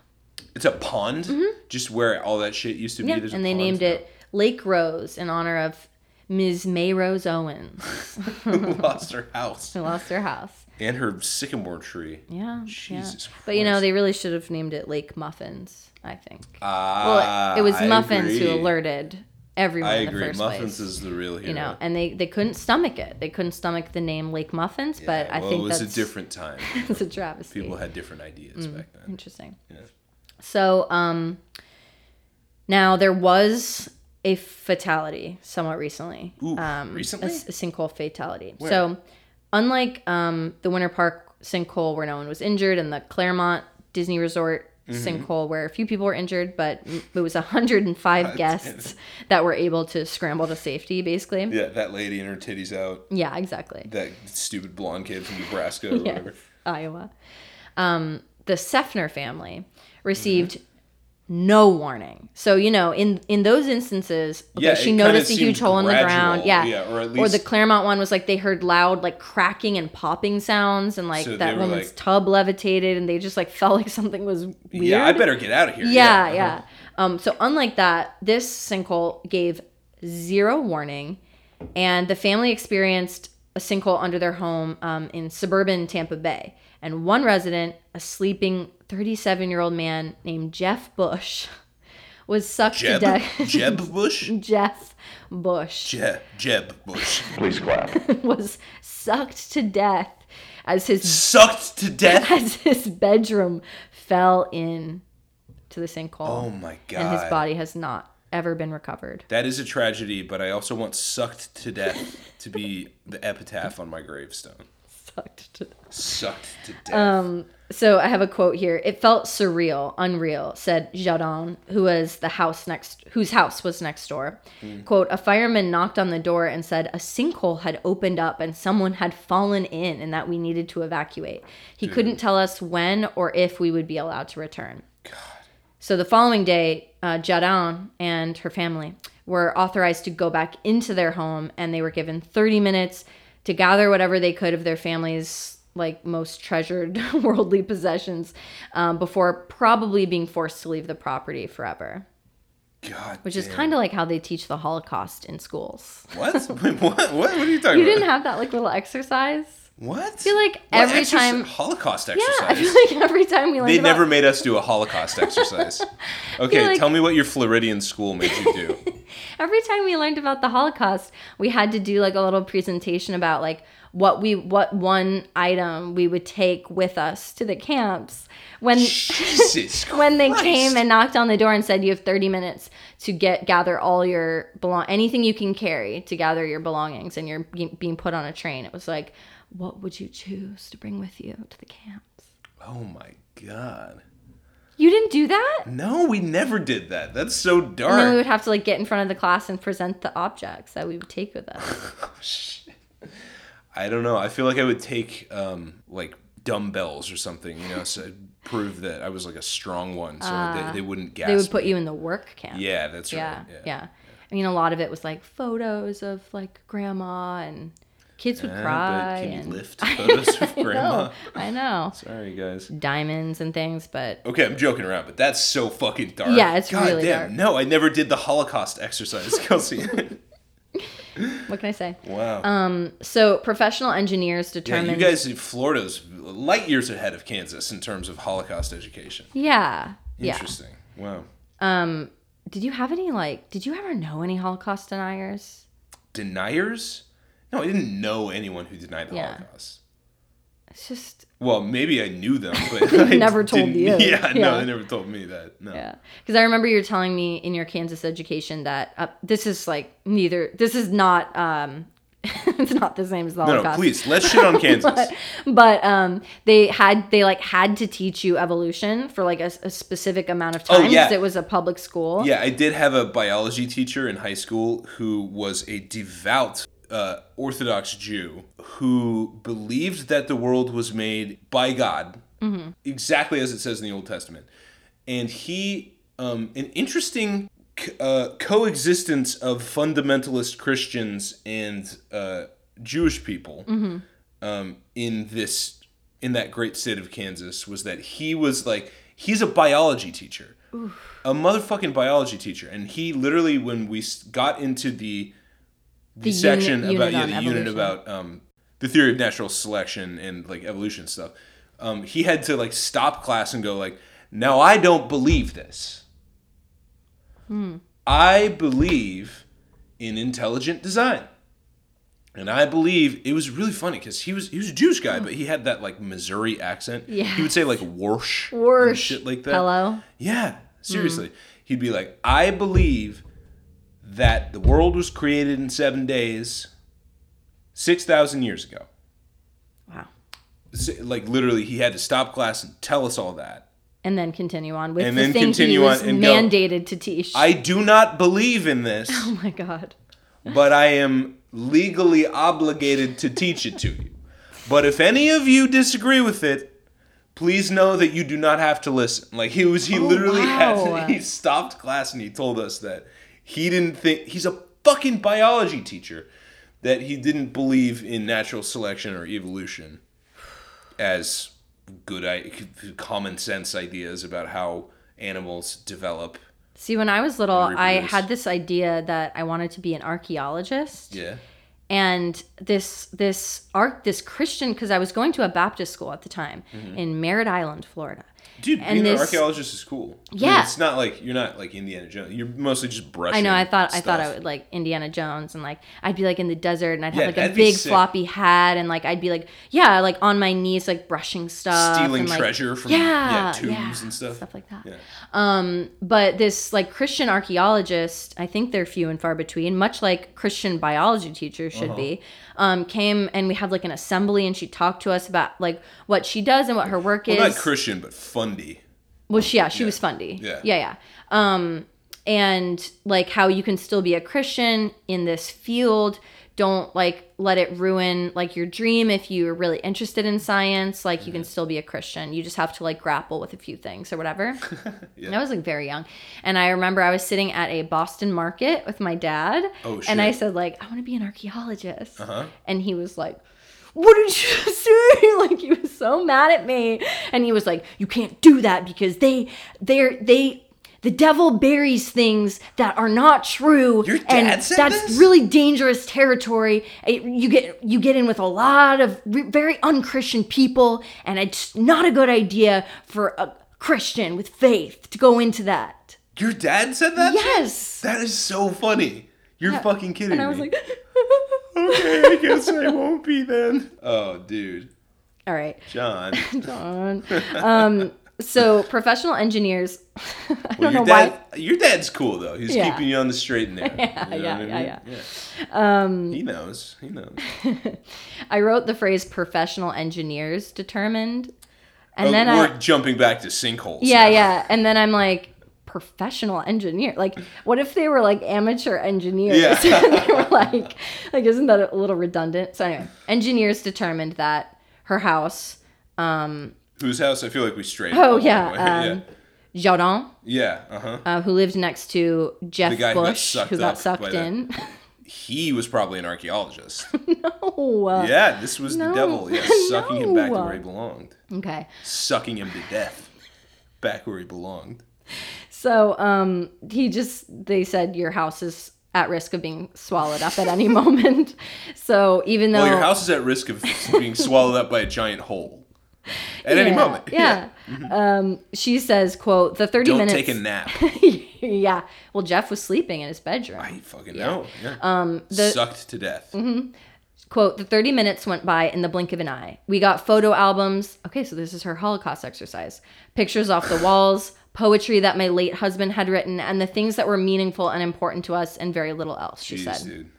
S1: It's a pond, just where all that shit used to be.
S2: Mm-hmm. Yeah,
S1: There's a
S2: and they
S1: pond
S2: named
S1: now. [LAUGHS]
S2: it Lake Rose in honor of Ms. May Rose Owens, [LAUGHS]
S1: Who lost her house [LAUGHS]
S2: who lost her house.
S1: and her sycamore tree.
S2: Yeah,
S1: Jesus
S2: yeah. But you know,
S1: Christ.
S2: they really should have named it Lake Muffins. I think.
S1: Ah,
S2: well, it was
S1: I
S2: Muffins who
S1: agree.
S2: alerted everyone
S1: I
S2: in the
S1: agree.
S2: first
S1: Muffins
S2: place.
S1: is the real hero.
S2: you know, and they they couldn't stomach it. They couldn't stomach the name Lake Muffins, but I
S1: well,
S2: think
S1: it was
S2: that's Mm.
S1: a different time.
S2: [LAUGHS] It's a travesty.
S1: People had different ideas back then.
S2: Interesting.
S1: Yeah.
S2: So, um, now there was a fatality somewhat recently.
S1: Ooh,
S2: um,
S1: recently?
S2: a, s- a sinkhole fatality. So, unlike um, the Winter Park sinkhole where no one was injured, and the Claremont Disney Resort sinkhole where a few people were injured, but m- it was 105 guests that were able to scramble to safety, basically. Yeah,
S1: Yeah, that lady and her titties out.
S2: exactly.
S1: That stupid blonde kid from
S2: [LAUGHS]
S1: Nebraska or whatever.
S2: Iowa. Um, the Sefner family received no warning. So you know, in in those instances, okay,
S1: Yeah, it
S2: she
S1: kinda
S2: noticed a huge
S1: seemed
S2: hole in the ground.
S1: gradual,
S2: Yeah,
S1: yeah, or at
S2: the
S1: least-
S2: Claremont one was like they heard loud like cracking and popping sounds, and like
S1: So they
S2: that
S1: were
S2: woman's
S1: like-
S2: tub levitated, and they just like [LAUGHS] felt like something was weird.
S1: Yeah, I better get out of here.
S2: Yeah, yeah.
S1: uh-huh.
S2: Um, so unlike that, this sinkhole gave zero warning, and the family experienced a sinkhole under their home um, in suburban Tampa Bay. And one resident, a sleeping 37-year-old man named Jeff Bush, [LAUGHS] was sucked
S1: Jeb?
S2: to death. [LAUGHS]
S1: Jeb Bush?
S2: Jeff Bush
S1: Jeb, Jeb Bush.
S2: was sucked to death as his [LAUGHS]
S1: Sucked to death.
S2: as his bedroom fell in to the sinkhole
S1: Oh my god.
S2: and his body has not ever been recovered.
S1: That is a tragedy, but I also want sucked to death to be the epitaph on my gravestone.
S2: sucked to death.
S1: Sucked to death.
S2: Um, so I have a quote here. It felt surreal, unreal, said Jardin, who was the house next whose house was next door. Quote, a fireman knocked on the door and said a sinkhole had opened up and someone had fallen in and that we needed to evacuate. He couldn't tell us when or if we would be allowed to return. So the following day, uh, Jadon and her family were authorized to go back into their home, and they were given 30 minutes to gather whatever they could of their family's like most treasured [LAUGHS] worldly possessions um, before probably being forced to leave the property forever.
S1: God.
S2: Which is kind of like how they teach the Holocaust in schools.
S1: of what? Wait, what? What? What are you talking
S2: You
S1: about?
S2: didn't have that like little exercise.
S1: what? I
S2: feel like every time-
S1: Holocaust
S2: Yeah,
S1: exercise.
S2: I feel like every time we learned
S1: they
S2: about
S1: never made us do a Holocaust
S2: [LAUGHS]
S1: exercise. Okay,
S2: like-
S1: tell me what your Floridian school made you do.
S2: every time we learned about the holocaust we had to do like a little presentation about like what we what one item we would take with us to the camps when
S1: Jesus
S2: [LAUGHS] when they
S1: Christ.
S2: came and knocked on the door and said you have 30 minutes to get gather all your belong anything you can carry to gather your belongings and you're be- being put on a train it was like what would you choose to bring with you to the camps
S1: Oh my god.
S2: you didn't do that
S1: No, we never did that. That's so
S2: and then we
S1: dark.
S2: would have to like get in front of the class and present the objects that we would take with us
S1: I don't know. I feel like I would take um like dumbbells or something, you know, so [LAUGHS] prove that I was like a strong one, so they, they wouldn't gas.
S2: Ah. they would put
S1: me.
S2: you in the work camp
S1: Yeah, that's
S2: yeah,
S1: right.
S2: yeah, I mean, a lot of it was like photos of like grandma and kids would
S1: Yeah, but
S2: cry.
S1: can you
S2: and-
S1: lift photos of
S2: [LAUGHS] I know,
S1: grandma?
S2: I know.
S1: Sorry, guys.
S2: Diamonds and things, but
S1: Okay, I'm joking around, but that's so fucking dark.
S2: Yeah, it's
S1: God
S2: really
S1: damn,
S2: dark.
S1: No, I never did the Holocaust [LAUGHS] exercise, Kelsey. [LAUGHS]
S2: what can I say?
S1: wow.
S2: So professional engineers
S1: yeah, you
S2: determined.
S1: guys in Florida's light years ahead of Kansas in terms of Holocaust education.
S2: yeah. Yeah.
S1: Interesting. Wow.
S2: Did you have any like? Did you ever know any Holocaust deniers?
S1: Deniers? No, I didn't know anyone who denied the
S2: Yeah.
S1: Holocaust.
S2: It's just
S1: Well, maybe I knew
S2: [LAUGHS]
S1: them, but I
S2: Never told
S1: didn't-
S2: you.
S1: [LAUGHS] Yeah,
S2: Yeah.
S1: no, they never told me that. No.
S2: yeah. Because I remember you were telling me in your Kansas education that uh, this is like neither. This is not. um [LAUGHS] It's not the same as the
S1: No,
S2: Holocaust.
S1: no, please, let's shit
S2: [LAUGHS]
S1: on Kansas.
S2: but, but um, they had they like had to teach you evolution for like a, a specific amount of
S1: Oh,
S2: time because
S1: yeah.
S2: it was a public school.
S1: Yeah, I did have a biology teacher in high school who was a devout uh, Orthodox Jew who believed that the world was made by God, exactly as it says in the Old Testament. And he, um, an interesting c- uh, coexistence of fundamentalist Christians and uh, Jewish people um, in this in that great state of Kansas was that he was like he's a biology teacher, a motherfucking biology teacher, and he literally when we s- got into the the,
S2: The
S1: section
S2: unit-
S1: about
S2: unit
S1: yeah
S2: on
S1: the unit
S2: evolution.
S1: about um, the theory of natural selection and like evolution stuff, um, he had to like stop class and go like now I don't believe this.
S2: Hmm.
S1: I believe in intelligent design. And I believe it was really funny because he was he was a Jewish guy, but he had that like Missouri accent.
S2: Hmm. Yeah.
S1: He would say like "warsh," and
S2: Warsh.
S1: shit like that.
S2: Hello.
S1: Yeah, seriously. He'd be like, "I believe that the world was created in seven days, six thousand years ago."
S2: Wow.
S1: S- Like literally, he had to stop class and tell us all that.
S2: And then continue on with
S1: And
S2: the
S1: then
S2: thing he
S1: continue
S2: was
S1: on and go,
S2: mandated to teach.
S1: I do not believe in this,
S2: [LAUGHS] oh my god.
S1: but I am legally obligated to teach it to you. But if any of you disagree with it, please know that you do not have to listen. Like he was, he literally [LAUGHS]
S2: wow.
S1: had he stopped class and he told us that he didn't think he's a fucking biology teacher that he didn't believe in natural selection or evolution as good I- common sense ideas about how animals develop.
S2: See, when I was little, I
S1: Reproduce.
S2: had this idea that I wanted to be an archaeologist.
S1: Yeah.
S2: and this
S1: Mm-hmm.
S2: this arc this christian because i was going to a baptist school at the time in merritt island florida
S1: Dude,
S2: And
S1: being an
S2: this-
S1: archaeologist is cool. I mean,
S2: Yeah.
S1: it's not like you're not like Indiana Jones. You're mostly just brushing.
S2: I know. I thought I thought I
S1: stuff.
S2: would like Indiana Jones and like I'd be like in the desert and I'd
S1: Yeah,
S2: have like a
S1: that'd be
S2: big
S1: sick.
S2: floppy hat and like I'd be like yeah like on my knees like brushing stuff
S1: stealing
S2: and, like,
S1: treasure from yeah,
S2: yeah,
S1: tombs
S2: yeah,
S1: and stuff.
S2: stuff like that.
S1: Yeah.
S2: Um, but this like Christian archaeologist, I think they're few and far between, much like Christian biology teachers
S1: Uh-huh.
S2: should be, um, came and we had like an assembly and she talked to us about like what she does and what her work
S1: Well,
S2: is.
S1: not Christian, but Fundy.
S2: Well, she, yeah, she was Fundy.
S1: Yeah.
S2: Yeah, yeah. Um, and like how you can still be a Christian in this field. Don't like let it ruin like your dream if you're really interested in science. Like you can still be a Christian. You just have to like grapple with a few things
S1: [LAUGHS]
S2: or whatever. And I was like very young, and I remember I was sitting at a Boston market with my dad,
S1: Oh,
S2: and I
S1: shit.
S2: said like I want to be an archeologist,
S1: Uh-huh.
S2: and he was like what did you [LAUGHS] say? Like he was so mad at me, and he was like, "You can't do that because they, they're they, the devil buries things that are not true,
S1: Your dad
S2: and
S1: said
S2: that's
S1: this?
S2: really dangerous territory. It- you get you get in with a lot of re- very unchristian people, and it's not a good idea for a Christian with faith to go into that."
S1: Your dad said that? shit?
S2: Yes.
S1: That is so funny. You're fucking kidding
S2: And I was
S1: me.
S2: like,
S1: [LAUGHS]
S2: [LAUGHS]
S1: okay, I guess I won't be
S2: [LAUGHS]
S1: then. Oh, dude.
S2: "All right." [LAUGHS]
S1: John.
S2: John. Um, so professional engineers. [LAUGHS] I don't
S1: Well,
S2: know
S1: your
S2: why.
S1: dad, your dad's cool though. He's
S2: Yeah.
S1: keeping you on the
S2: [LAUGHS]
S1: straight and narrow. yeah,
S2: yeah, yeah,
S1: Um, he knows. He knows.
S2: I wrote the phrase "professional engineers determined," and
S1: Oh,
S2: then
S1: we're
S2: I
S1: jumping back to sinkholes.
S2: yeah
S1: now.
S2: yeah, and then I'm like professional engineer. Like, what if they were like amateur engineers?
S1: Yeah.
S2: [LAUGHS] And they were like, like isn't that a little redundant? So anyway, engineers determined that her house,
S1: Whose house? I feel like we strayed.
S2: Oh,
S1: along the
S2: yeah,
S1: way. [LAUGHS]
S2: um, Jordan,
S1: yeah. Yeah. Uh huh.
S2: uh, who lived next to Jeff
S1: The guy who got
S2: Bush,
S1: sucked
S2: who got
S1: up by
S2: sucked
S1: the-
S2: in. [LAUGHS]
S1: He was probably an archaeologist.
S2: no.
S1: yeah. This was the
S2: Uh, no.
S1: devil.
S2: [LAUGHS]
S1: Yeah, sucking him back to
S2: No.
S1: where he belonged.
S2: Okay.
S1: Sucking him to death. Back where he belonged.
S2: So um he just they said your house is at risk of being swallowed
S1: [LAUGHS]
S2: up at any moment. So even though
S1: Well, your house is at risk of being swallowed up by a giant hole at any
S2: Yeah,
S1: moment. [LAUGHS]
S2: Yeah. Um she says, quote, the 30
S1: Don't
S2: minutes
S1: take a nap.
S2: [LAUGHS] yeah. Well, Jeff was sleeping in his bedroom.
S1: I fucking know. Yeah.
S2: Um the Mm-hmm.
S1: Sucked to death.
S2: quote, the 30 minutes went by in the blink of an eye. We got photo albums. Okay, so this is her Holocaust exercise. Pictures off the walls, poetry that my late husband had written, and the things that were meaningful and important to us and very little else, she
S1: Jeez,
S2: said.
S1: dude.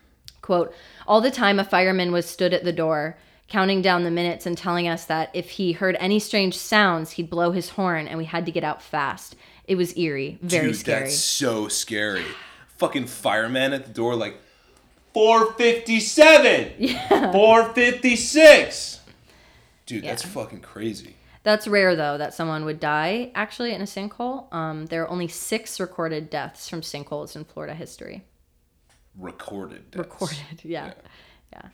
S2: Quote, all the time a fireman was stood at the door, counting down the minutes and telling us that if he heard any strange sounds, he'd blow his horn and we had to get out fast. It was eerie, very
S1: Dude,
S2: scary.
S1: that's so scary. Fucking fireman at the door, like, 457! Yeah. 456! Dude, that's fucking crazy.
S2: That's rare though that someone would die actually in a sinkhole. Um, there are only six recorded deaths from sinkholes in Florida history.
S1: Recorded. deaths.
S2: Recorded, yeah. yeah.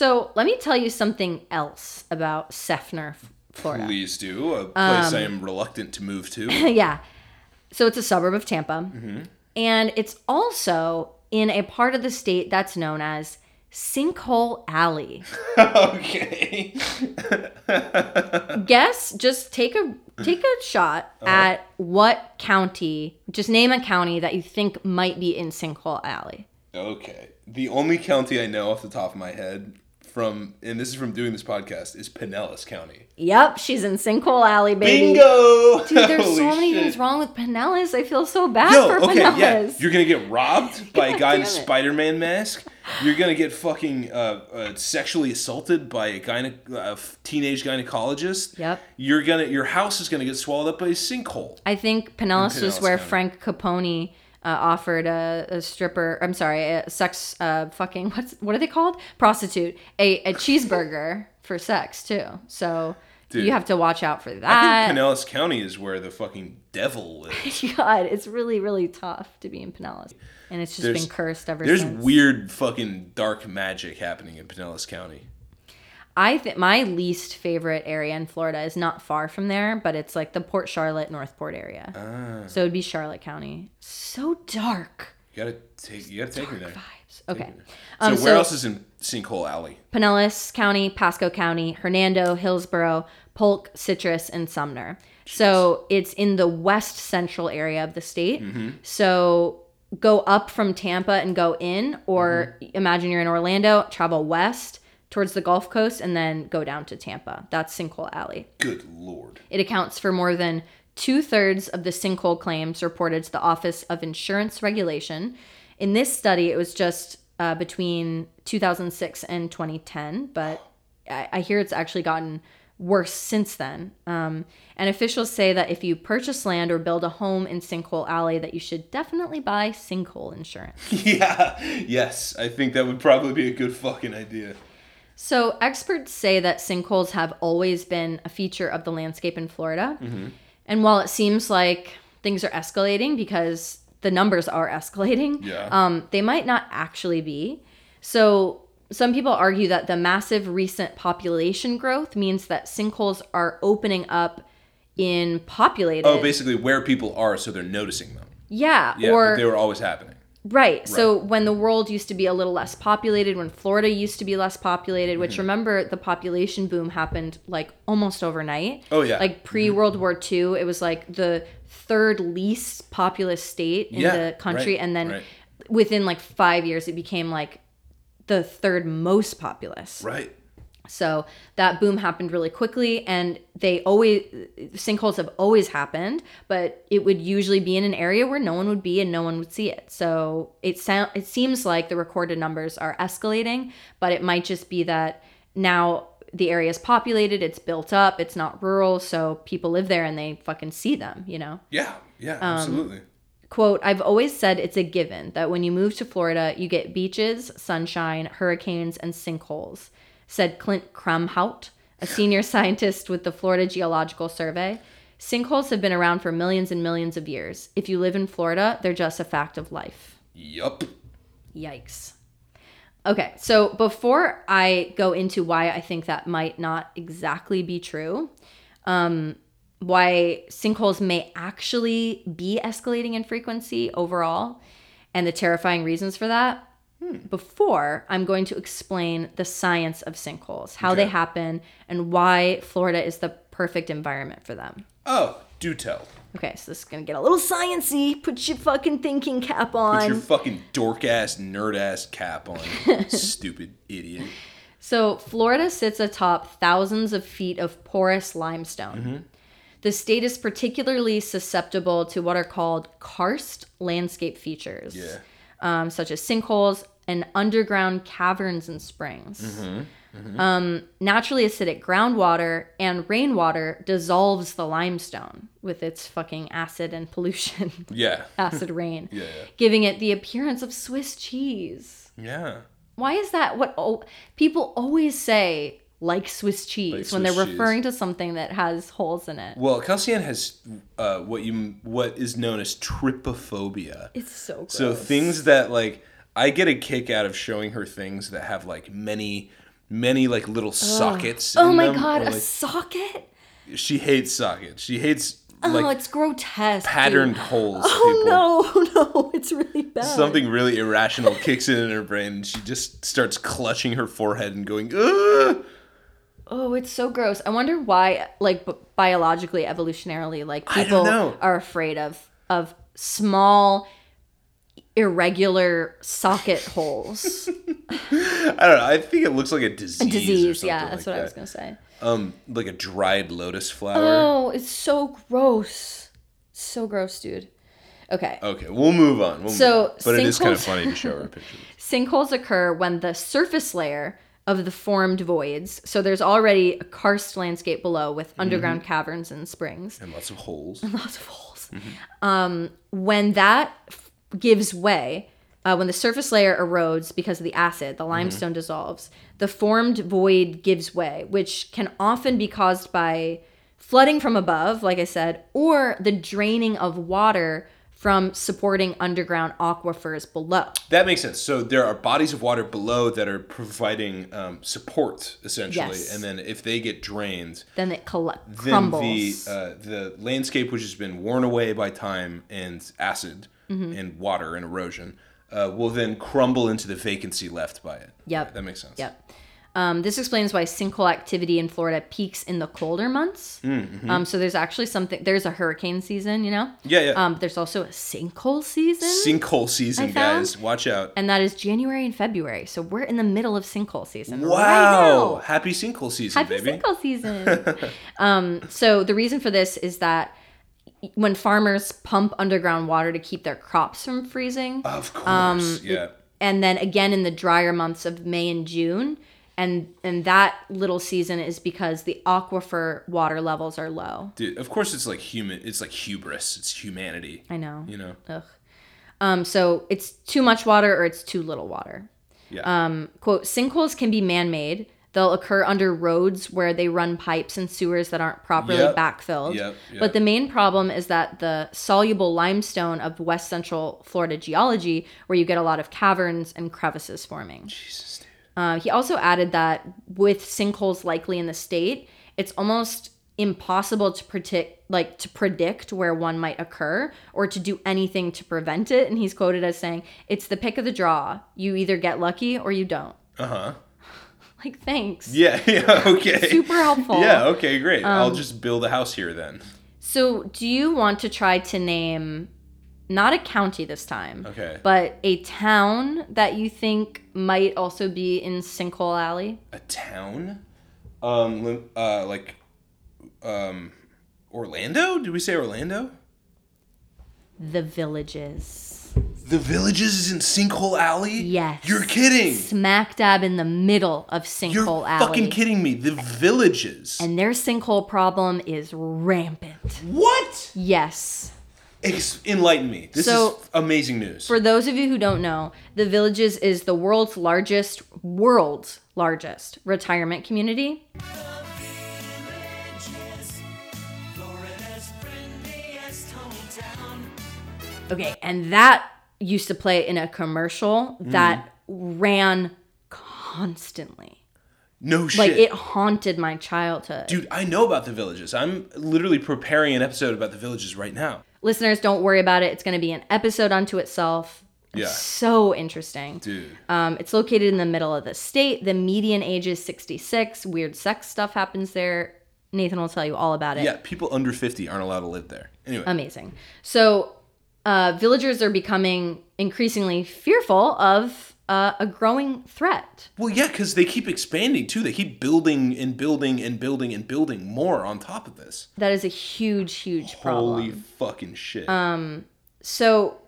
S2: So let me tell you something else about Seffner, Florida.
S1: Please do.
S2: Um,
S1: A place I am reluctant to move
S2: [LAUGHS]
S1: to.
S2: yeah. So it's a suburb of Tampa.
S1: Mm-hmm.
S2: And it's also in a part of the state that's known as Sinkhole
S1: [LAUGHS]
S2: Alley.
S1: okay.
S2: Guess just take a take a shot
S1: Uh-huh.
S2: at what county, just name a county that you think might be in Sinkhole Alley.
S1: Okay. The only county I know off the top of my head from, and this is from doing this podcast, is Pinellas County.
S2: Yep, she's in Sinkhole Alley, baby.
S1: Bingo!
S2: Dude, there's
S1: [LAUGHS] Holy
S2: so many
S1: shit.
S2: things wrong with Pinellas. I feel so bad
S1: Yo,
S2: for
S1: okay,
S2: Pinellas.
S1: yeah. You're gonna get
S2: [LAUGHS]
S1: robbed by a guy in a
S2: damn it.
S1: Spider-Man mask. You're gonna get fucking uh, uh, sexually assaulted by a gyne- uh, teenage gynecologist.
S2: Yep.
S1: You're gonna your house is gonna get swallowed up by a sinkhole.
S2: I think Pinellas was
S1: Pinellas
S2: where
S1: County.
S2: Frank Capone uh, offered a, a stripper. I'm sorry, a sex uh, fucking what's what are they called? Prostitute. A, a cheeseburger [LAUGHS] for sex too. So
S1: Dude.
S2: you have to watch out for
S1: I think
S2: that.
S1: Pinellas County is where the fucking devil lives.
S2: [LAUGHS] God, it's really really tough to be in Pinellas, and it's just
S1: There's-
S2: been cursed [LAUGHS] ever
S1: There's
S2: since.
S1: weird fucking dark magic happening in Pinellas County.
S2: I think my least favorite area in Florida is not far from there, but it's like the Port Charlotte Northport area.
S1: Ah.
S2: So it'd be Charlotte County. So dark
S1: You gotta take you gotta take me there.
S2: vibes. Okay.
S1: So
S2: Um,
S1: where else is in Sinkhole Alley?
S2: Pinellas County, Pasco County, Hernando, Hillsborough, Polk, Citrus, and Sumner. So it's in the west central area of the state. So go up from Tampa and go in, or imagine you're in Orlando, travel west towards the Gulf Coast, and then go down to Tampa. That's Sinkhole Alley.
S1: Good lord. [LAUGHS]
S2: It accounts for more than two thirds of the sinkhole claims reported to the Office of Insurance Regulation. In this study, it was just uh, between 2006 and 2010, but I, I hear it's actually gotten worse since then. Um, and officials say that if you purchase land or build a home in Sinkhole Alley, that you should definitely buy sinkhole insurance.
S1: Yeah. Yes, I think that would probably be a good fucking idea.
S2: So, experts say that sinkholes have always been a feature of the landscape in Florida.
S1: Mm-hmm.
S2: And while it seems like things are escalating because the numbers are [LAUGHS] escalating,
S1: Yeah.
S2: um, they might not actually be. So, some people argue that the massive recent population growth means that sinkholes are opening up in populated.
S1: Oh, basically where people are, so they're noticing them.
S2: Yeah,
S1: Yeah,
S2: or
S1: but they were always happening.
S2: Right. So when the world used to be a little less populated, when Florida used to be less populated,
S1: Mm-hmm.
S2: which remember the population boom happened like almost overnight.
S1: Oh, yeah.
S2: Like pre World War II, it was like the third least populous state in
S1: Yeah,
S2: the country,
S1: right,
S2: and then
S1: right.
S2: within like five years, it became like the third most populous.
S1: Right.
S2: So that boom happened really quickly, and they always sinkholes have always happened, but it would usually be in an area where no one would be and no one would see it. So it sound it seems like the recorded numbers are escalating, but it might just be that now the area is populated, it's built up, it's not rural, so people live there and they fucking see them, you know
S1: Yeah. Yeah,
S2: Um,
S1: absolutely.
S2: quote i've always said it's a given that when you move to florida you get beaches sunshine hurricanes and sinkholes said clint krumhout a senior [LAUGHS] scientist with the florida geological survey sinkholes have been around for millions and millions of years if you live in florida they're just a fact of life
S1: Yup.
S2: yikes okay so before i go into why i think that might not exactly be true um, why sinkholes may actually be escalating in frequency overall and the terrifying reasons for that. hmm, Before, I'm going to explain the science of sinkholes, how they
S1: Okay.
S2: happen, and why Florida is the perfect environment for them.
S1: Oh, do tell.
S2: Okay, so this is gonna get a little sciency. Put your fucking thinking cap on.
S1: Put your fucking dork ass, nerd ass cap
S2: [LAUGHS]
S1: on, stupid idiot.
S2: So, Florida sits atop thousands of feet of porous limestone.
S1: Mm-hmm.
S2: The state is particularly susceptible to what are called karst landscape features,
S1: Yeah.
S2: um, such as sinkholes and underground caverns and springs.
S1: Mm-hmm.
S2: Um, naturally acidic groundwater and rainwater dissolves the limestone with its fucking acid and pollution, [LAUGHS]
S1: Yeah.
S2: acid rain,
S1: [LAUGHS] Yeah, yeah.
S2: giving it the appearance of Swiss cheese.
S1: Yeah.
S2: Why is that what oh, people always say like Swiss cheese
S1: Swiss
S2: when they're
S1: cheese.
S2: referring to something that has holes in it?
S1: Well, Calcian has uh, what you what is known as trypophobia.
S2: It's so gross.
S1: So things that like I get a kick out of showing her things that have like many many like little sockets.
S2: oh
S1: in
S2: my
S1: them,
S2: god,
S1: or,
S2: a
S1: like-
S2: socket?
S1: she hates sockets. She hates
S2: oh,
S1: like
S2: it's grotesque. dude.
S1: patterned holes.
S2: Oh
S1: people.
S2: [LAUGHS] no, no, it's really bad.
S1: Something really irrational kicks in in her brain, and she just starts clutching her forehead and going, Ugh!
S2: Oh, it's so gross. I wonder why, like b- biologically, evolutionarily, like
S1: I don't
S2: people
S1: know.
S2: are afraid of of small, irregular socket
S1: [LAUGHS]
S2: holes.
S1: I don't know. I think it looks like a disease. or
S2: Disease.
S1: something
S2: Yeah, that's
S1: like
S2: what I was
S1: that.
S2: gonna say.
S1: Um, like a dried lotus flower.
S2: Oh, it's so gross. So gross, dude. Okay.
S1: Okay, we'll move on. We'll
S2: So,
S1: move on. but it is kind of
S2: sinkholes-
S1: funny to show her a
S2: [LAUGHS]
S1: picture.
S2: Sinkholes occur when the surface layer of the formed voids, so there's already a karst landscape below with underground caverns and springs,
S1: and lots of holes.
S2: lots of holes.
S1: Mm-hmm.
S2: Um, when that f- gives way, uh, when the surface layer erodes because of the acid,
S1: Mm-hmm.
S2: the limestone dissolves, the formed void gives way, which can often be caused by flooding from above, like I said, or the draining of water from supporting underground aquifers below.
S1: That makes sense. So there are bodies of water below that are providing um, support essentially,
S2: Yes.
S1: and then if they get drained,
S2: Then it coll-
S1: then
S2: crumbles.
S1: the uh, the landscape which has been worn away by time and acid
S2: Mm-hmm.
S1: and water and erosion uh, will then crumble into the vacancy left by it.
S2: Yep.
S1: that makes sense.
S2: Yep. Um, this explains why sinkhole activity in Florida peaks in the colder months.
S1: Mm-hmm.
S2: Um, so there's actually something. There's a hurricane season, you know.
S1: Yeah, yeah.
S2: Um, but there's also a sinkhole season,
S1: Sinkhole season,
S2: I found-
S1: guys. Watch out.
S2: and that is January and February. So we're in the middle of sinkhole season.
S1: Wow.
S2: Right now.
S1: Happy sinkhole season,
S2: Happy
S1: baby.
S2: sinkhole season.
S1: [LAUGHS]
S2: um, so the reason for this is that when farmers pump underground water to keep their crops from freezing,
S1: Of course.
S2: Um,
S1: yeah.
S2: and then again in the drier months of May and June. And and that little season is because the aquifer water levels are low.
S1: Dude, of course it's like human it's like hubris. It's humanity.
S2: I know.
S1: You know?
S2: Ugh. Um, so it's too much water or it's too little water.
S1: Yeah.
S2: Um, quote, sinkholes can be man made. They'll occur under roads where they run pipes and sewers that aren't properly
S1: Yep.
S2: backfilled.
S1: Yep, yep.
S2: But the main problem is that the soluble limestone of west central Florida geology, where you get a lot of caverns and crevices forming.
S1: Jesus, dude.
S2: Uh, he also added that with sinkholes likely in the state, it's almost impossible to predict like to predict where one might occur or to do anything to prevent it and he's quoted as saying it's the pick of the draw you either get lucky or you don't
S1: Uh-huh.
S2: [LAUGHS] like thanks
S1: Yeah, [LAUGHS] yeah, okay.
S2: super Um,
S1: [LAUGHS]
S2: helpful
S1: Yeah, okay, great. I'll just build a house here then.
S2: so do you want to try to name not a county this time
S1: Okay.
S2: but a town that you think might also be in sinkhole alley
S1: a town? Um lim- uh like um Orlando? Did we say Orlando?
S2: the villages
S1: The villages is in Sinkhole Alley?
S2: Yes.
S1: You're kidding.
S2: Smack dab in the middle of Sinkhole
S1: You're
S2: Alley.
S1: fucking kidding me. The villages.
S2: And their sinkhole problem is rampant.
S1: what?
S2: Yes.
S1: Ex- enlighten me. This
S2: So-
S1: is amazing news.
S2: For those of you who don't know, the Villages is the world's largest, world's largest retirement community. Okay, and that used to play in a commercial
S1: Mm.
S2: that ran constantly.
S1: no shit.
S2: Like it haunted my childhood.
S1: Dude, I know about the villages. I'm literally preparing an episode about the villages right now.
S2: listeners don't worry about it it's going to be an episode unto itself
S1: Yeah.
S2: so interesting
S1: Dude.
S2: um, it's located in the middle of the state the median age is 66 weird sex stuff happens there nathan will tell you all about it
S1: Yeah, people under 50 aren't allowed to live there. Anyway.
S2: amazing so uh, villagers are becoming increasingly fearful of uh, a growing threat
S1: well, yeah, because they keep expanding too. They keep building and building and building and building more on top of this.
S2: that is a huge huge problem Um,
S1: Holy fucking shit.
S2: So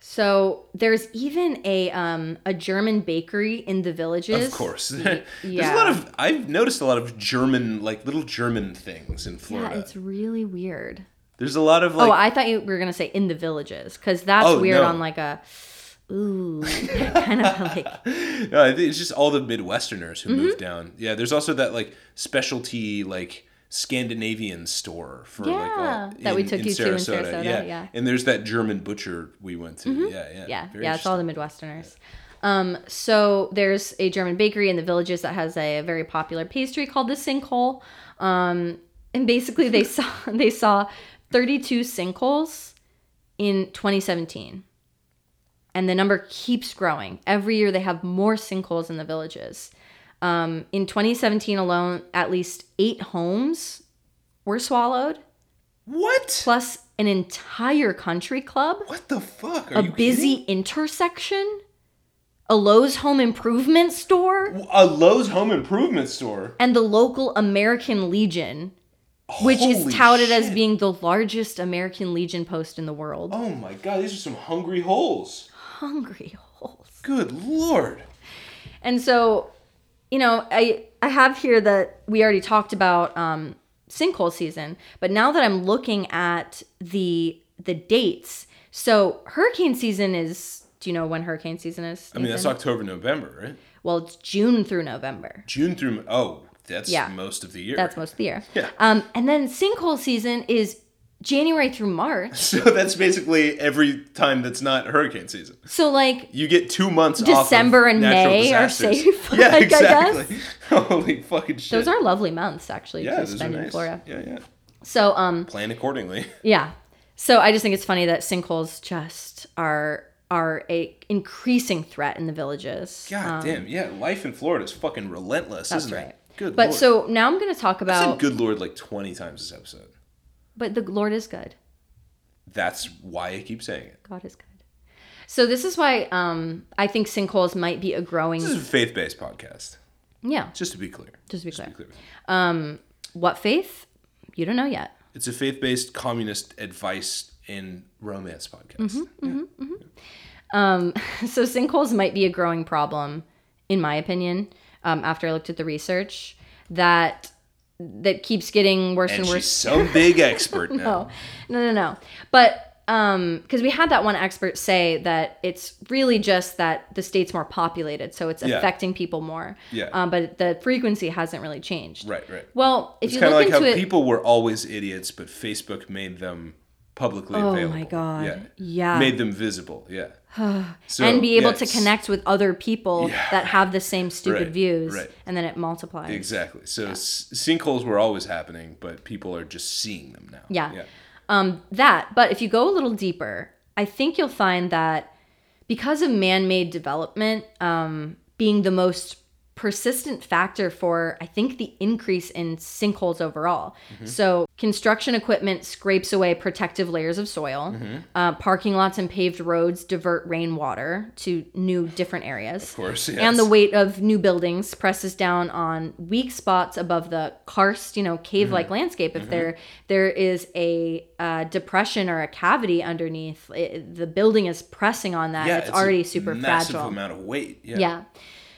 S2: so there's even a um a German bakery in the villages.
S1: of course. [LAUGHS] There's
S2: yeah.
S1: a lot of, I've noticed a lot of German, like little German things in
S2: Yeah,
S1: Florida.
S2: it's really weird.
S1: There's a lot of like,
S2: oh, I thought you were gonna say in the villages because that's
S1: Oh,
S2: weird
S1: no.
S2: on like a ooh [LAUGHS] kind of like
S1: No, I think it's just all the Midwesterners who
S2: Mm-hmm.
S1: moved down. Yeah, there's also that like specialty like Scandinavian store for like all,
S2: Yeah, that we took you to in Sarasota,
S1: Yeah.
S2: yeah. Mm-hmm.
S1: and there's that German butcher we went to. Yeah, yeah,
S2: yeah
S1: Very
S2: yeah it's all the Midwesterners. Um, so there's a German bakery in the villages that has a very popular pastry called the sinkhole. Um, and basically they saw [LAUGHS] they saw 32 sinkholes in 2017. And the number keeps growing. Every year they have more sinkholes in the villages. Um, in 2017 alone, at least eight homes were swallowed,
S1: interesting. what?
S2: plus an entire country club
S1: What the fuck? Are
S2: a
S1: you
S2: busy
S1: kidding?
S2: intersection, a Lowe's home improvement store,
S1: a Lowe's Home Improvement store.
S2: and the local American Legion, which
S1: Holy
S2: is touted as
S1: shit.
S2: being the largest American Legion post in the world.
S1: Oh my god, these are some hungry holes.
S2: Hungry holes.
S1: Good lord.
S2: And so, you know, I I have here that we already talked about um, sinkhole season, but now that I'm looking at the the dates, so hurricane season is. Do you know when hurricane season is?
S1: I mean, that's
S2: Nathan?
S1: October, November, right?
S2: well, it's June through November.
S1: June through oh, that's
S2: Yeah.
S1: most of the year. [LAUGHS]
S2: That's most of the year.
S1: Yeah.
S2: Um, and then sinkhole season is January through
S1: [LAUGHS]
S2: March.
S1: so that's basically every time that's not hurricane season.
S2: So like
S1: You get two months.
S2: December
S1: off of
S2: and
S1: natural
S2: May are
S1: disasters.
S2: safe, [LAUGHS]
S1: Yeah,
S2: like, I
S1: exactly. [LAUGHS] Holy fucking shit.
S2: those are lovely months actually
S1: yeah,
S2: to
S1: those are
S2: spend in
S1: nice.
S2: Florida.
S1: Yeah, yeah.
S2: So um
S1: Plan accordingly. [LAUGHS]
S2: yeah. So I just think it's funny that sinkholes just are are a increasing threat in the villages.
S1: God
S2: Um,
S1: damn, yeah, life in Florida is fucking relentless,
S2: That's
S1: isn't
S2: right.
S1: it? Good
S2: But
S1: lord.
S2: so now I'm going to talk
S1: I
S2: about.
S1: said good lord like 20 times this episode.
S2: But the Lord is good.
S1: That's why I keep saying it.
S2: God is good. So this is why um, I think sinkholes might be a growing.
S1: This is a faith based podcast,
S2: Yeah,
S1: just to be clear.
S2: just to be clear.
S1: Be clear.
S2: What faith? You don't know yet.
S1: It's a faith based communist advice and romance podcast.
S2: Mm-hmm. So sinkholes might be a growing problem, in my opinion. Um, after I looked at the research, that that keeps getting worse and,
S1: And
S2: worse.
S1: she's some big expert now.
S2: [LAUGHS] no, no, no, no. But um, because we had that one expert say that it's really just that the state's more populated, so it's
S1: Yeah.
S2: affecting people more.
S1: Yeah.
S2: Um, but the frequency hasn't really changed.
S1: Right, right.
S2: Well, if
S1: It's
S2: you
S1: kind
S2: look
S1: of like how
S2: into it,
S1: people were always idiots, but Facebook made them publicly
S2: oh
S1: available.
S2: my god,
S1: Yeah.
S2: yeah,
S1: Made them visible, yeah. So,
S2: [SIGHS] and be able to
S1: yes.
S2: connect with other people
S1: Yeah.
S2: that have the same stupid
S1: Right,
S2: views,
S1: right.
S2: and then it multiplies.
S1: Exactly. So s- sinkholes were always happening, but people are just seeing them now.
S2: Yeah.
S1: Yeah.
S2: um, that. But if you go a little deeper, I think you'll find that because of man made development um, being the most persistent factor for, I think, the increase in sinkholes overall. So, construction equipment scrapes away protective layers of soil, uh, parking lots and paved roads divert rainwater to new, different areas.
S1: Of course. Yes.
S2: And the weight of new buildings presses down on weak spots above the karst, you know, cave-like
S1: Mm-hmm.
S2: landscape. If there there is a uh, depression or a cavity underneath, it, the building is pressing on that. it's, already super
S1: massive
S2: fragile.
S1: amount of weight. Yeah.
S2: Yeah.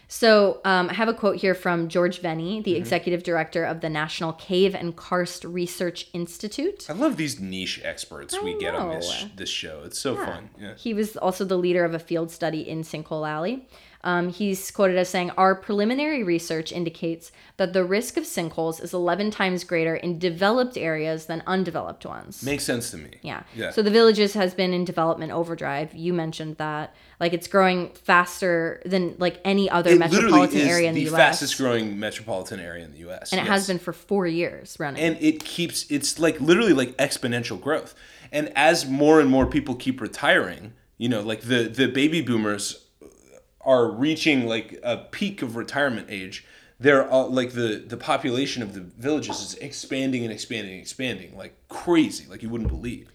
S2: So um, I have a quote here from George Venny,
S1: Mm-hmm.
S2: the executive director of the National Cave and Karst Research Institute.
S1: I love these niche experts we get on this sh-
S2: know.
S1: this show. It's so fun. Yeah.
S2: He was also the leader of a field study in Sinkhole Alley. Um, he's quoted as saying, Our preliminary research indicates that the risk of sinkholes is 11 times greater in developed areas than undeveloped ones.
S1: Makes sense to me.
S2: yeah.
S1: Yeah.
S2: So the villages has been in development overdrive. You mentioned that. Like it's growing faster than like any other
S1: it
S2: metropolitan
S1: literally is
S2: area in
S1: the,
S2: the, US.
S1: fastest growing metropolitan area in the U.S.
S2: and it has
S1: Yes.
S2: been for four years running.
S1: and it keeps it's like literally like exponential growth and as more and more people keep retiring you know like the the baby boomers are reaching like a peak of retirement age they're all like the the population of the villages is expanding and expanding and expanding like crazy like you wouldn't believe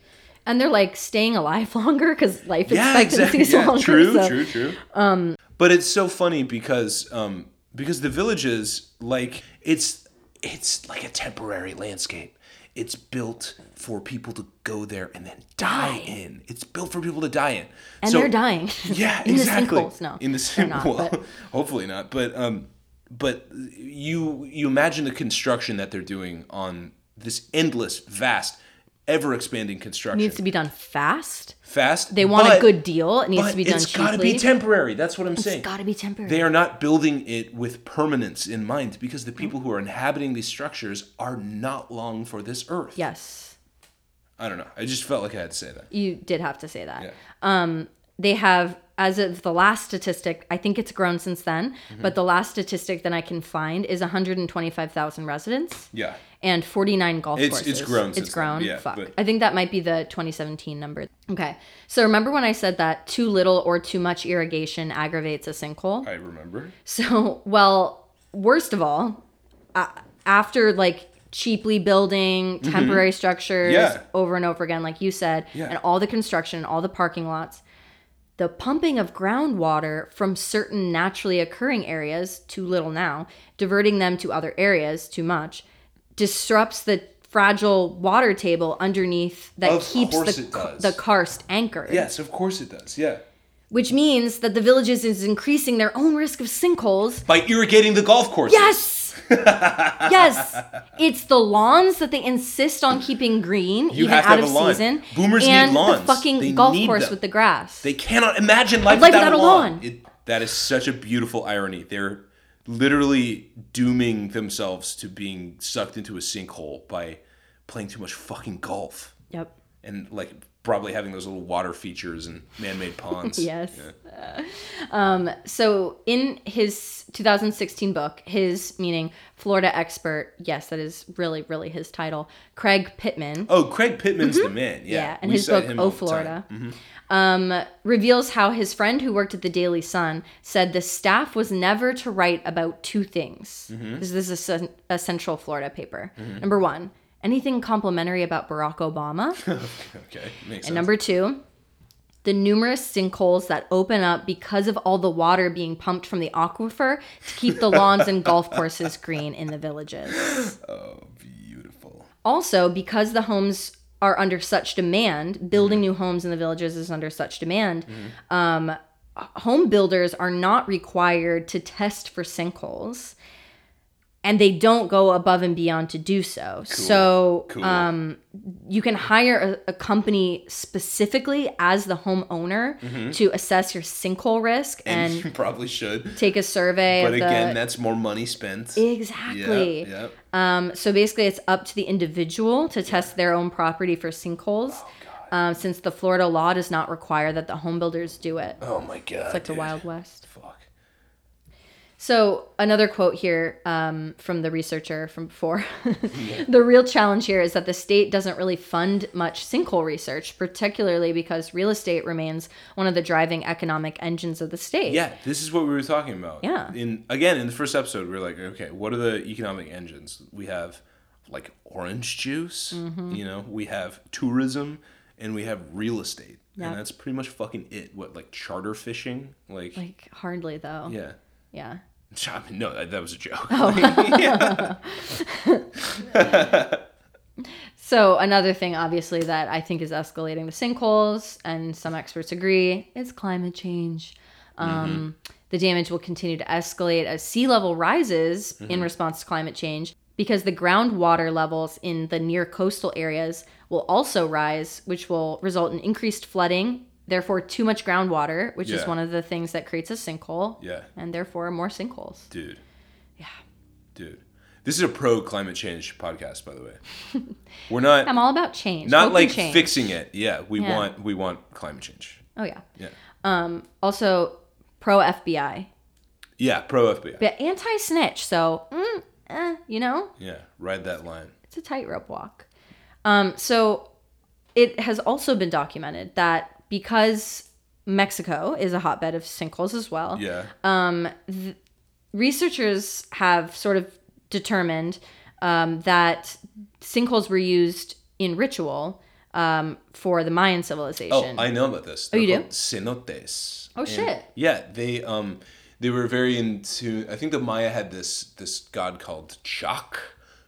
S2: And they're like staying alive [LAUGHS] longer because life
S1: yeah
S2: expectancy
S1: exactly
S2: is
S1: yeah,
S2: [LAUGHS] longer.
S1: true
S2: so-
S1: true true um but it's so funny because um because the villages like it's it's like a temporary landscape it's built for people to go there and then die in it's built for people to die in
S2: And
S1: So-
S2: they're dying. [LAUGHS]
S1: yeah
S2: in
S1: exactly
S2: the sinkholes. No,
S1: in the
S2: they're
S1: same
S2: not,
S1: well
S2: but-
S1: [LAUGHS] hopefully not but um but you you imagine the construction that they're doing on this endless vast ever expanding construction
S2: needs to be done fast.
S1: fast
S2: They want a
S1: but-
S2: good deal. It needs
S1: but
S2: to be done
S1: it's
S2: cheaply.
S1: got to be temporary. That's what I'm saying.
S2: it's got to be temporary.
S1: They are not building it with permanence in mind because the people who are
S2: Mm.
S1: inhabiting these structures are not long for this earth.
S2: yes,
S1: I don't know. I just felt like I had to say that.
S2: you did have to say that.
S1: Yeah.
S2: They have, as of the last statistic, I think it's grown since then,
S1: Mm-hmm.
S2: but the last statistic that I can find is 125,000 residents
S1: Yeah.
S2: and 49 golf
S1: It's- it's
S2: courses.
S1: grown since
S2: It's
S1: then,
S2: grown.
S1: yeah,
S2: Fuck.
S1: but-
S2: I think that might be the 2017 number. Okay. So remember when I said that too little or too much irrigation aggravates a sinkhole?
S1: I remember.
S2: So, well, worst of all, uh, after like cheaply building temporary structures
S1: Mm-hmm. Yeah.
S2: over and over again, like you said,
S1: Yeah.
S2: and all the construction, all the parking lots, the pumping of groundwater from certain naturally occurring areas, too little now, diverting them to other areas, too much, disrupts the fragile water table underneath that
S1: Of
S2: keeps
S1: course
S2: the,
S1: it does.
S2: the karst anchored
S1: Yes, of course it does. Yeah.
S2: which means that the villages is increasing their own risk of sinkholes
S1: By irrigating the golf course. [LAUGHS]
S2: Yes. yes. It's the lawns that they insist on keeping green
S1: You
S2: even
S1: have to
S2: out
S1: have
S2: of
S1: a lawn.
S2: season.
S1: Boomers need
S2: and
S1: lawns.
S2: the fucking
S1: They
S2: golf
S1: need
S2: course
S1: them.
S2: with the grass.
S1: They cannot imagine life,
S2: life
S1: without,
S2: without
S1: a
S2: a
S1: lawn.
S2: lawn.
S1: It, that is such a beautiful irony. They're literally dooming themselves to being sucked into a sinkhole by playing too much fucking golf.
S2: yep.
S1: and like probably having those little water features and man-made ponds.
S2: [LAUGHS] Yes. Um,
S1: Yeah.
S2: So in his 2016 book, his meaning Florida expert, yes, that is really really his title, Craig Pittman.
S1: Oh, Craig Pittman's the man. Yeah,
S2: Mm-hmm. Yeah, and
S1: We
S2: his
S1: cite
S2: book
S1: him all
S2: "Oh
S1: the time. Mm-hmm.
S2: Florida" um, reveals how his friend who worked at the Daily Sun said the staff was never to write about two things.
S1: Mm-hmm.
S2: This, this is a, cen- a Central Florida paper. Number one, anything complimentary about
S1: [LAUGHS]
S2: Barack Obama.
S1: Mm, Okay, makes sense.
S2: And number two, the numerous sinkholes that open up because of all the water being pumped from the aquifer to keep the lawns and golf
S1: [LAUGHS]
S2: courses green in the villages.
S1: Beautiful.
S2: Also, because the homes are under such demand, building
S1: Mm-hmm.
S2: new homes in the villages is under such demand. Um, home builders are not required to test for sinkholes, and they don't go above and beyond to do so. So, uh,
S1: Cool.
S2: Um, you can hire a, a company specifically as the homeowner to assess your sinkhole risk
S1: Mm-hmm. and, [LAUGHS]
S2: and
S1: you probably should.
S2: take a survey.
S1: But
S2: of the,
S1: again, that's more money spent.
S2: exactly.
S1: Yeah, yeah.
S2: Um, so basically, it's up to the individual to test their own property for sinkholes,
S1: Oh,
S2: um, since the Florida law does not require that the home builders do it.
S1: Oh my god.
S2: it's like the
S1: dude.
S2: Wild West.
S1: Fuck.
S2: So another quote here um, from the researcher from before. [LAUGHS] the real challenge here is that the state doesn't really fund much sinkhole research, particularly because real estate remains one of the driving economic engines of the state.
S1: Yeah, this is what we were talking about.
S2: Yeah.
S1: In again, in the first episode, we were like, okay, what are the economic engines? We have like orange juice,
S2: Mm-hmm.
S1: you know, we have tourism, and we have real estate.
S2: Yeah.
S1: And that's pretty much fucking it. What like charter fishing? Like,
S2: Like hardly though.
S1: yeah. [LAUGHS]
S2: Yeah.
S1: I mean, no, that, that was a joke.
S2: Oh.
S1: [LAUGHS]
S2: [LAUGHS] So another thing, obviously, that I think is escalating the sinkholes, and some experts agree, is climate change.
S1: Mm-hmm.
S2: Um, The damage will continue to escalate as sea level rises
S1: Mm-hmm.
S2: in response to climate change, because the groundwater levels in the near coastal areas will also rise, which will result in increased flooding. Therefore, too much groundwater, which is
S1: Yeah.
S2: one of the things that creates a sinkhole,
S1: Yeah.
S2: and therefore more sinkholes.
S1: Dude. Yeah. Dude. This is a pro climate change podcast, by the way.
S2: [LAUGHS]
S1: We're not
S2: I'm all about change.
S1: not
S2: Hope and
S1: like
S2: change.
S1: fixing it. Yeah, we
S2: Yeah.
S1: want we want climate change.
S2: Oh yeah.
S1: Yeah.
S2: Also, pro FBI.
S1: Yeah, pro FBI.
S2: but anti snitch. So, mm, eh, you know,
S1: Yeah, ride that line.
S2: it's a tightrope walk. Um, so, it has also been documented that because Mexico is a hotbed of sinkholes as well,
S1: Yeah.
S2: researchers have sort of determined um, that sinkholes were used in ritual um, for the Mayan
S1: Oh,
S2: civilization.
S1: I know about this.
S2: you
S1: They're
S2: do?
S1: called Cenotes.
S2: Oh, shit.
S1: Yeah, they um they were very into I think the Maya had this this god called Chak,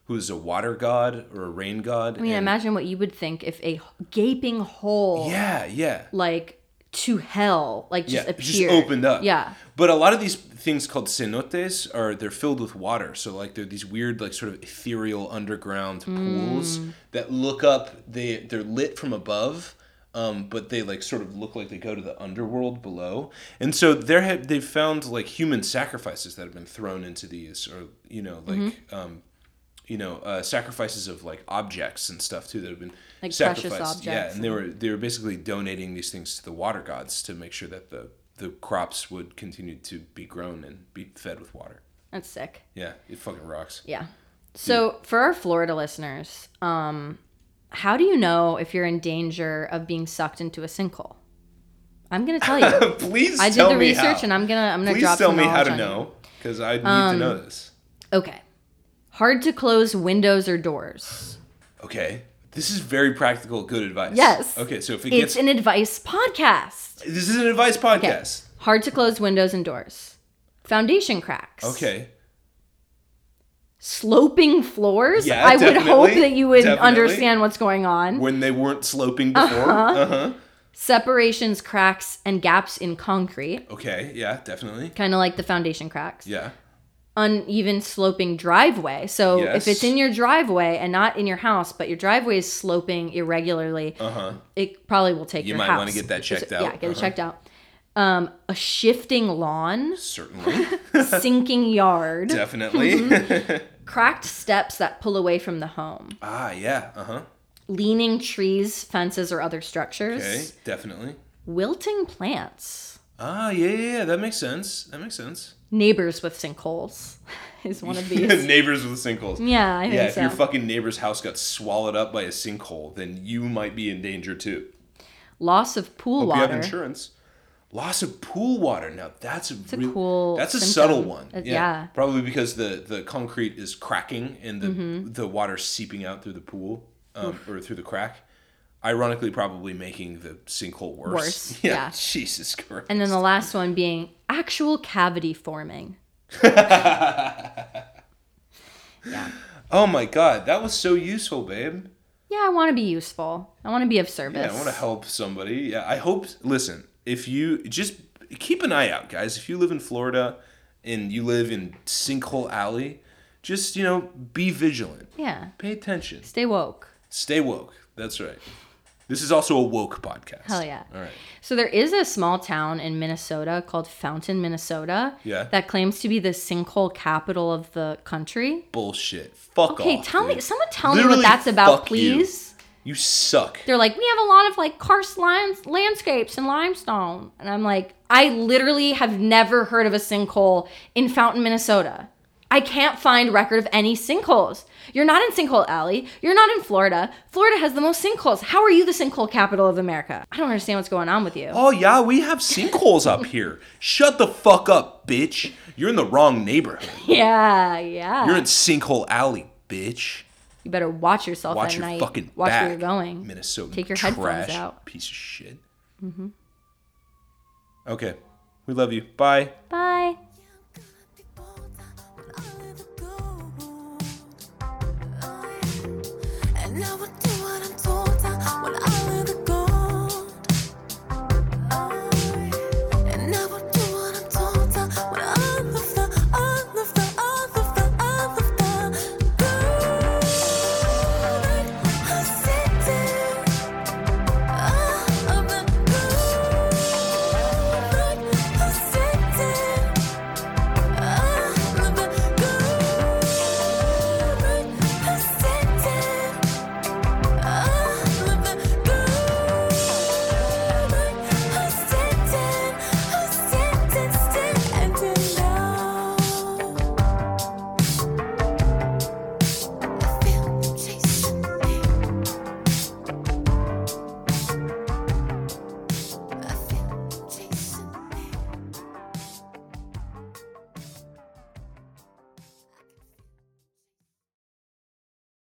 S1: who is a water god or a rain god.
S2: I mean, imagine what you would think if a gaping hole,
S1: Yeah, yeah.
S2: like to hell, like just
S1: yeah, it
S2: appeared.
S1: just opened up.
S2: Yeah.
S1: But a lot of these things called cenotes are they're filled with water. So like they're these weird like sort of ethereal underground
S2: Mm.
S1: pools that look up. They they're lit from above. Um, but they like sort of look like they go to the underworld below, and so there have they've found like human sacrifices that have been thrown into these, or you know like
S2: Mm-hmm.
S1: um, you know uh, sacrifices of like objects and stuff too that have been
S2: Like precious
S1: sacrificed. yeah,
S2: objects
S1: and they were they were basically donating these things to the water gods to make sure that the the crops would continue to be grown and be fed with water.
S2: That's sick.
S1: Yeah, it fucking rocks. [LAUGHS]
S2: Yeah. So for our Florida listeners, um, how do you know if you're in danger of being sucked into a sinkhole? I'm
S1: [LAUGHS]
S2: gonna tell you.
S1: Please
S2: I did
S1: tell
S2: the
S1: me
S2: research,
S1: how.
S2: and I'm gonna I'm gonna
S1: Please
S2: drop
S1: tell
S2: some
S1: me how to
S2: knowledge on you. Um,
S1: know because I need to know this.
S2: Okay. Hard to close windows or doors.
S1: Okay, this is very practical, good advice.
S2: Yes.
S1: Okay, so if it
S2: It's
S1: gets
S2: an advice podcast.
S1: this is an advice
S2: Okay.
S1: podcast.
S2: Hard to close windows and doors. Foundation cracks.
S1: Okay.
S2: Sloping floors.
S1: Yeah,
S2: I would hope
S1: definitely,
S2: that you would
S1: definitely.
S2: understand what's going on.
S1: When they weren't sloping before.
S2: Uh-huh.
S1: Uh huh.
S2: Separations, cracks, and gaps in concrete.
S1: Okay. Yeah. Definitely.
S2: Kind of like the foundation cracks.
S1: Yeah.
S2: uneven sloping driveway. So
S1: Yes.
S2: if it's in your driveway and not in your house, but your driveway is sloping irregularly,
S1: Uh huh.
S2: it probably will take
S1: You
S2: your
S1: might
S2: house.
S1: wanna get that checked
S2: It's- Yeah,
S1: out.
S2: get it
S1: Uh-huh.
S2: checked out. Um, a shifting
S1: [LAUGHS]
S2: lawn,
S1: Certainly.
S2: sinking
S1: [LAUGHS]
S2: yard,
S1: definitely.
S2: cracked steps that pull away from the home.
S1: ah. Yeah. Uh huh.
S2: leaning trees, fences, or other structures.
S1: Okay, definitely.
S2: Wilting plants.
S1: Ah, yeah, yeah, yeah, that makes sense. That makes sense.
S2: Neighbors with sinkholes [LAUGHS] is
S1: [LAUGHS]
S2: one of these.
S1: neighbors with sinkholes.
S2: yeah, I think
S1: Yeah, if
S2: so.
S1: your fucking neighbor's house got swallowed up by a sinkhole, then you might be in danger too.
S2: Loss of pool
S1: Hope you have
S2: water.
S1: insurance. Loss of pool water. Now that's a,
S2: a
S1: real-
S2: cool
S1: That's a
S2: symptom.
S1: subtle one.
S2: Uh, yeah.
S1: Probably because the the concrete is cracking and the
S2: Mm-hmm.
S1: the water seeping out through the pool um, or through the crack. Ironically, probably making the sinkhole worse. [LAUGHS]
S2: Worse, yeah.
S1: Jesus Christ.
S2: And then the last one being actual cavity forming. yeah.
S1: oh my god, that was so useful, babe.
S2: Yeah, I want to be useful. I want to be of service.
S1: Yeah, I want to help somebody. Yeah, I hope. Listen, if you just keep an eye out, guys. If you live in Florida and you live in Sinkhole Alley, just you know, be vigilant.
S2: Yeah.
S1: Pay attention.
S2: Stay woke.
S1: Stay woke. That's right. This is also a woke podcast.
S2: Hell yeah.
S1: All right.
S2: So there is a small town in Minnesota called Fountain, Minnesota,
S1: Yeah.
S2: that claims to be the sinkhole capital of the country.
S1: Bullshit. Fuck
S2: Okay,
S1: off,
S2: tell me,
S1: dude.
S2: someone tell me
S1: Literally,
S2: what that's about,
S1: fuck you.
S2: please.
S1: You suck.
S2: They're like, we have a lot of like karst lands, landscapes and limestone, and I'm like, I literally have never heard of a sinkhole in Fountain, Minnesota. I can't find record of any sinkholes. You're not in Sinkhole Alley. You're not in Florida. Florida has the most sinkholes. How are you the sinkhole capital of America? I don't understand what's going on with you.
S1: Oh yeah, we have sinkholes up here. Shut the fuck up, bitch. You're in the wrong neighborhood.
S2: [LAUGHS] Yeah, yeah.
S1: You're in Sinkhole Alley, bitch.
S2: you better watch yourself
S1: Watch
S2: at
S1: your
S2: night.
S1: fucking
S2: watch
S1: back,
S2: where you're going.
S1: Minnesota.
S2: Take your
S1: trash,
S2: headphones out.
S1: Piece of shit. Mm-hmm. Okay. We love you. Bye.
S2: Bye.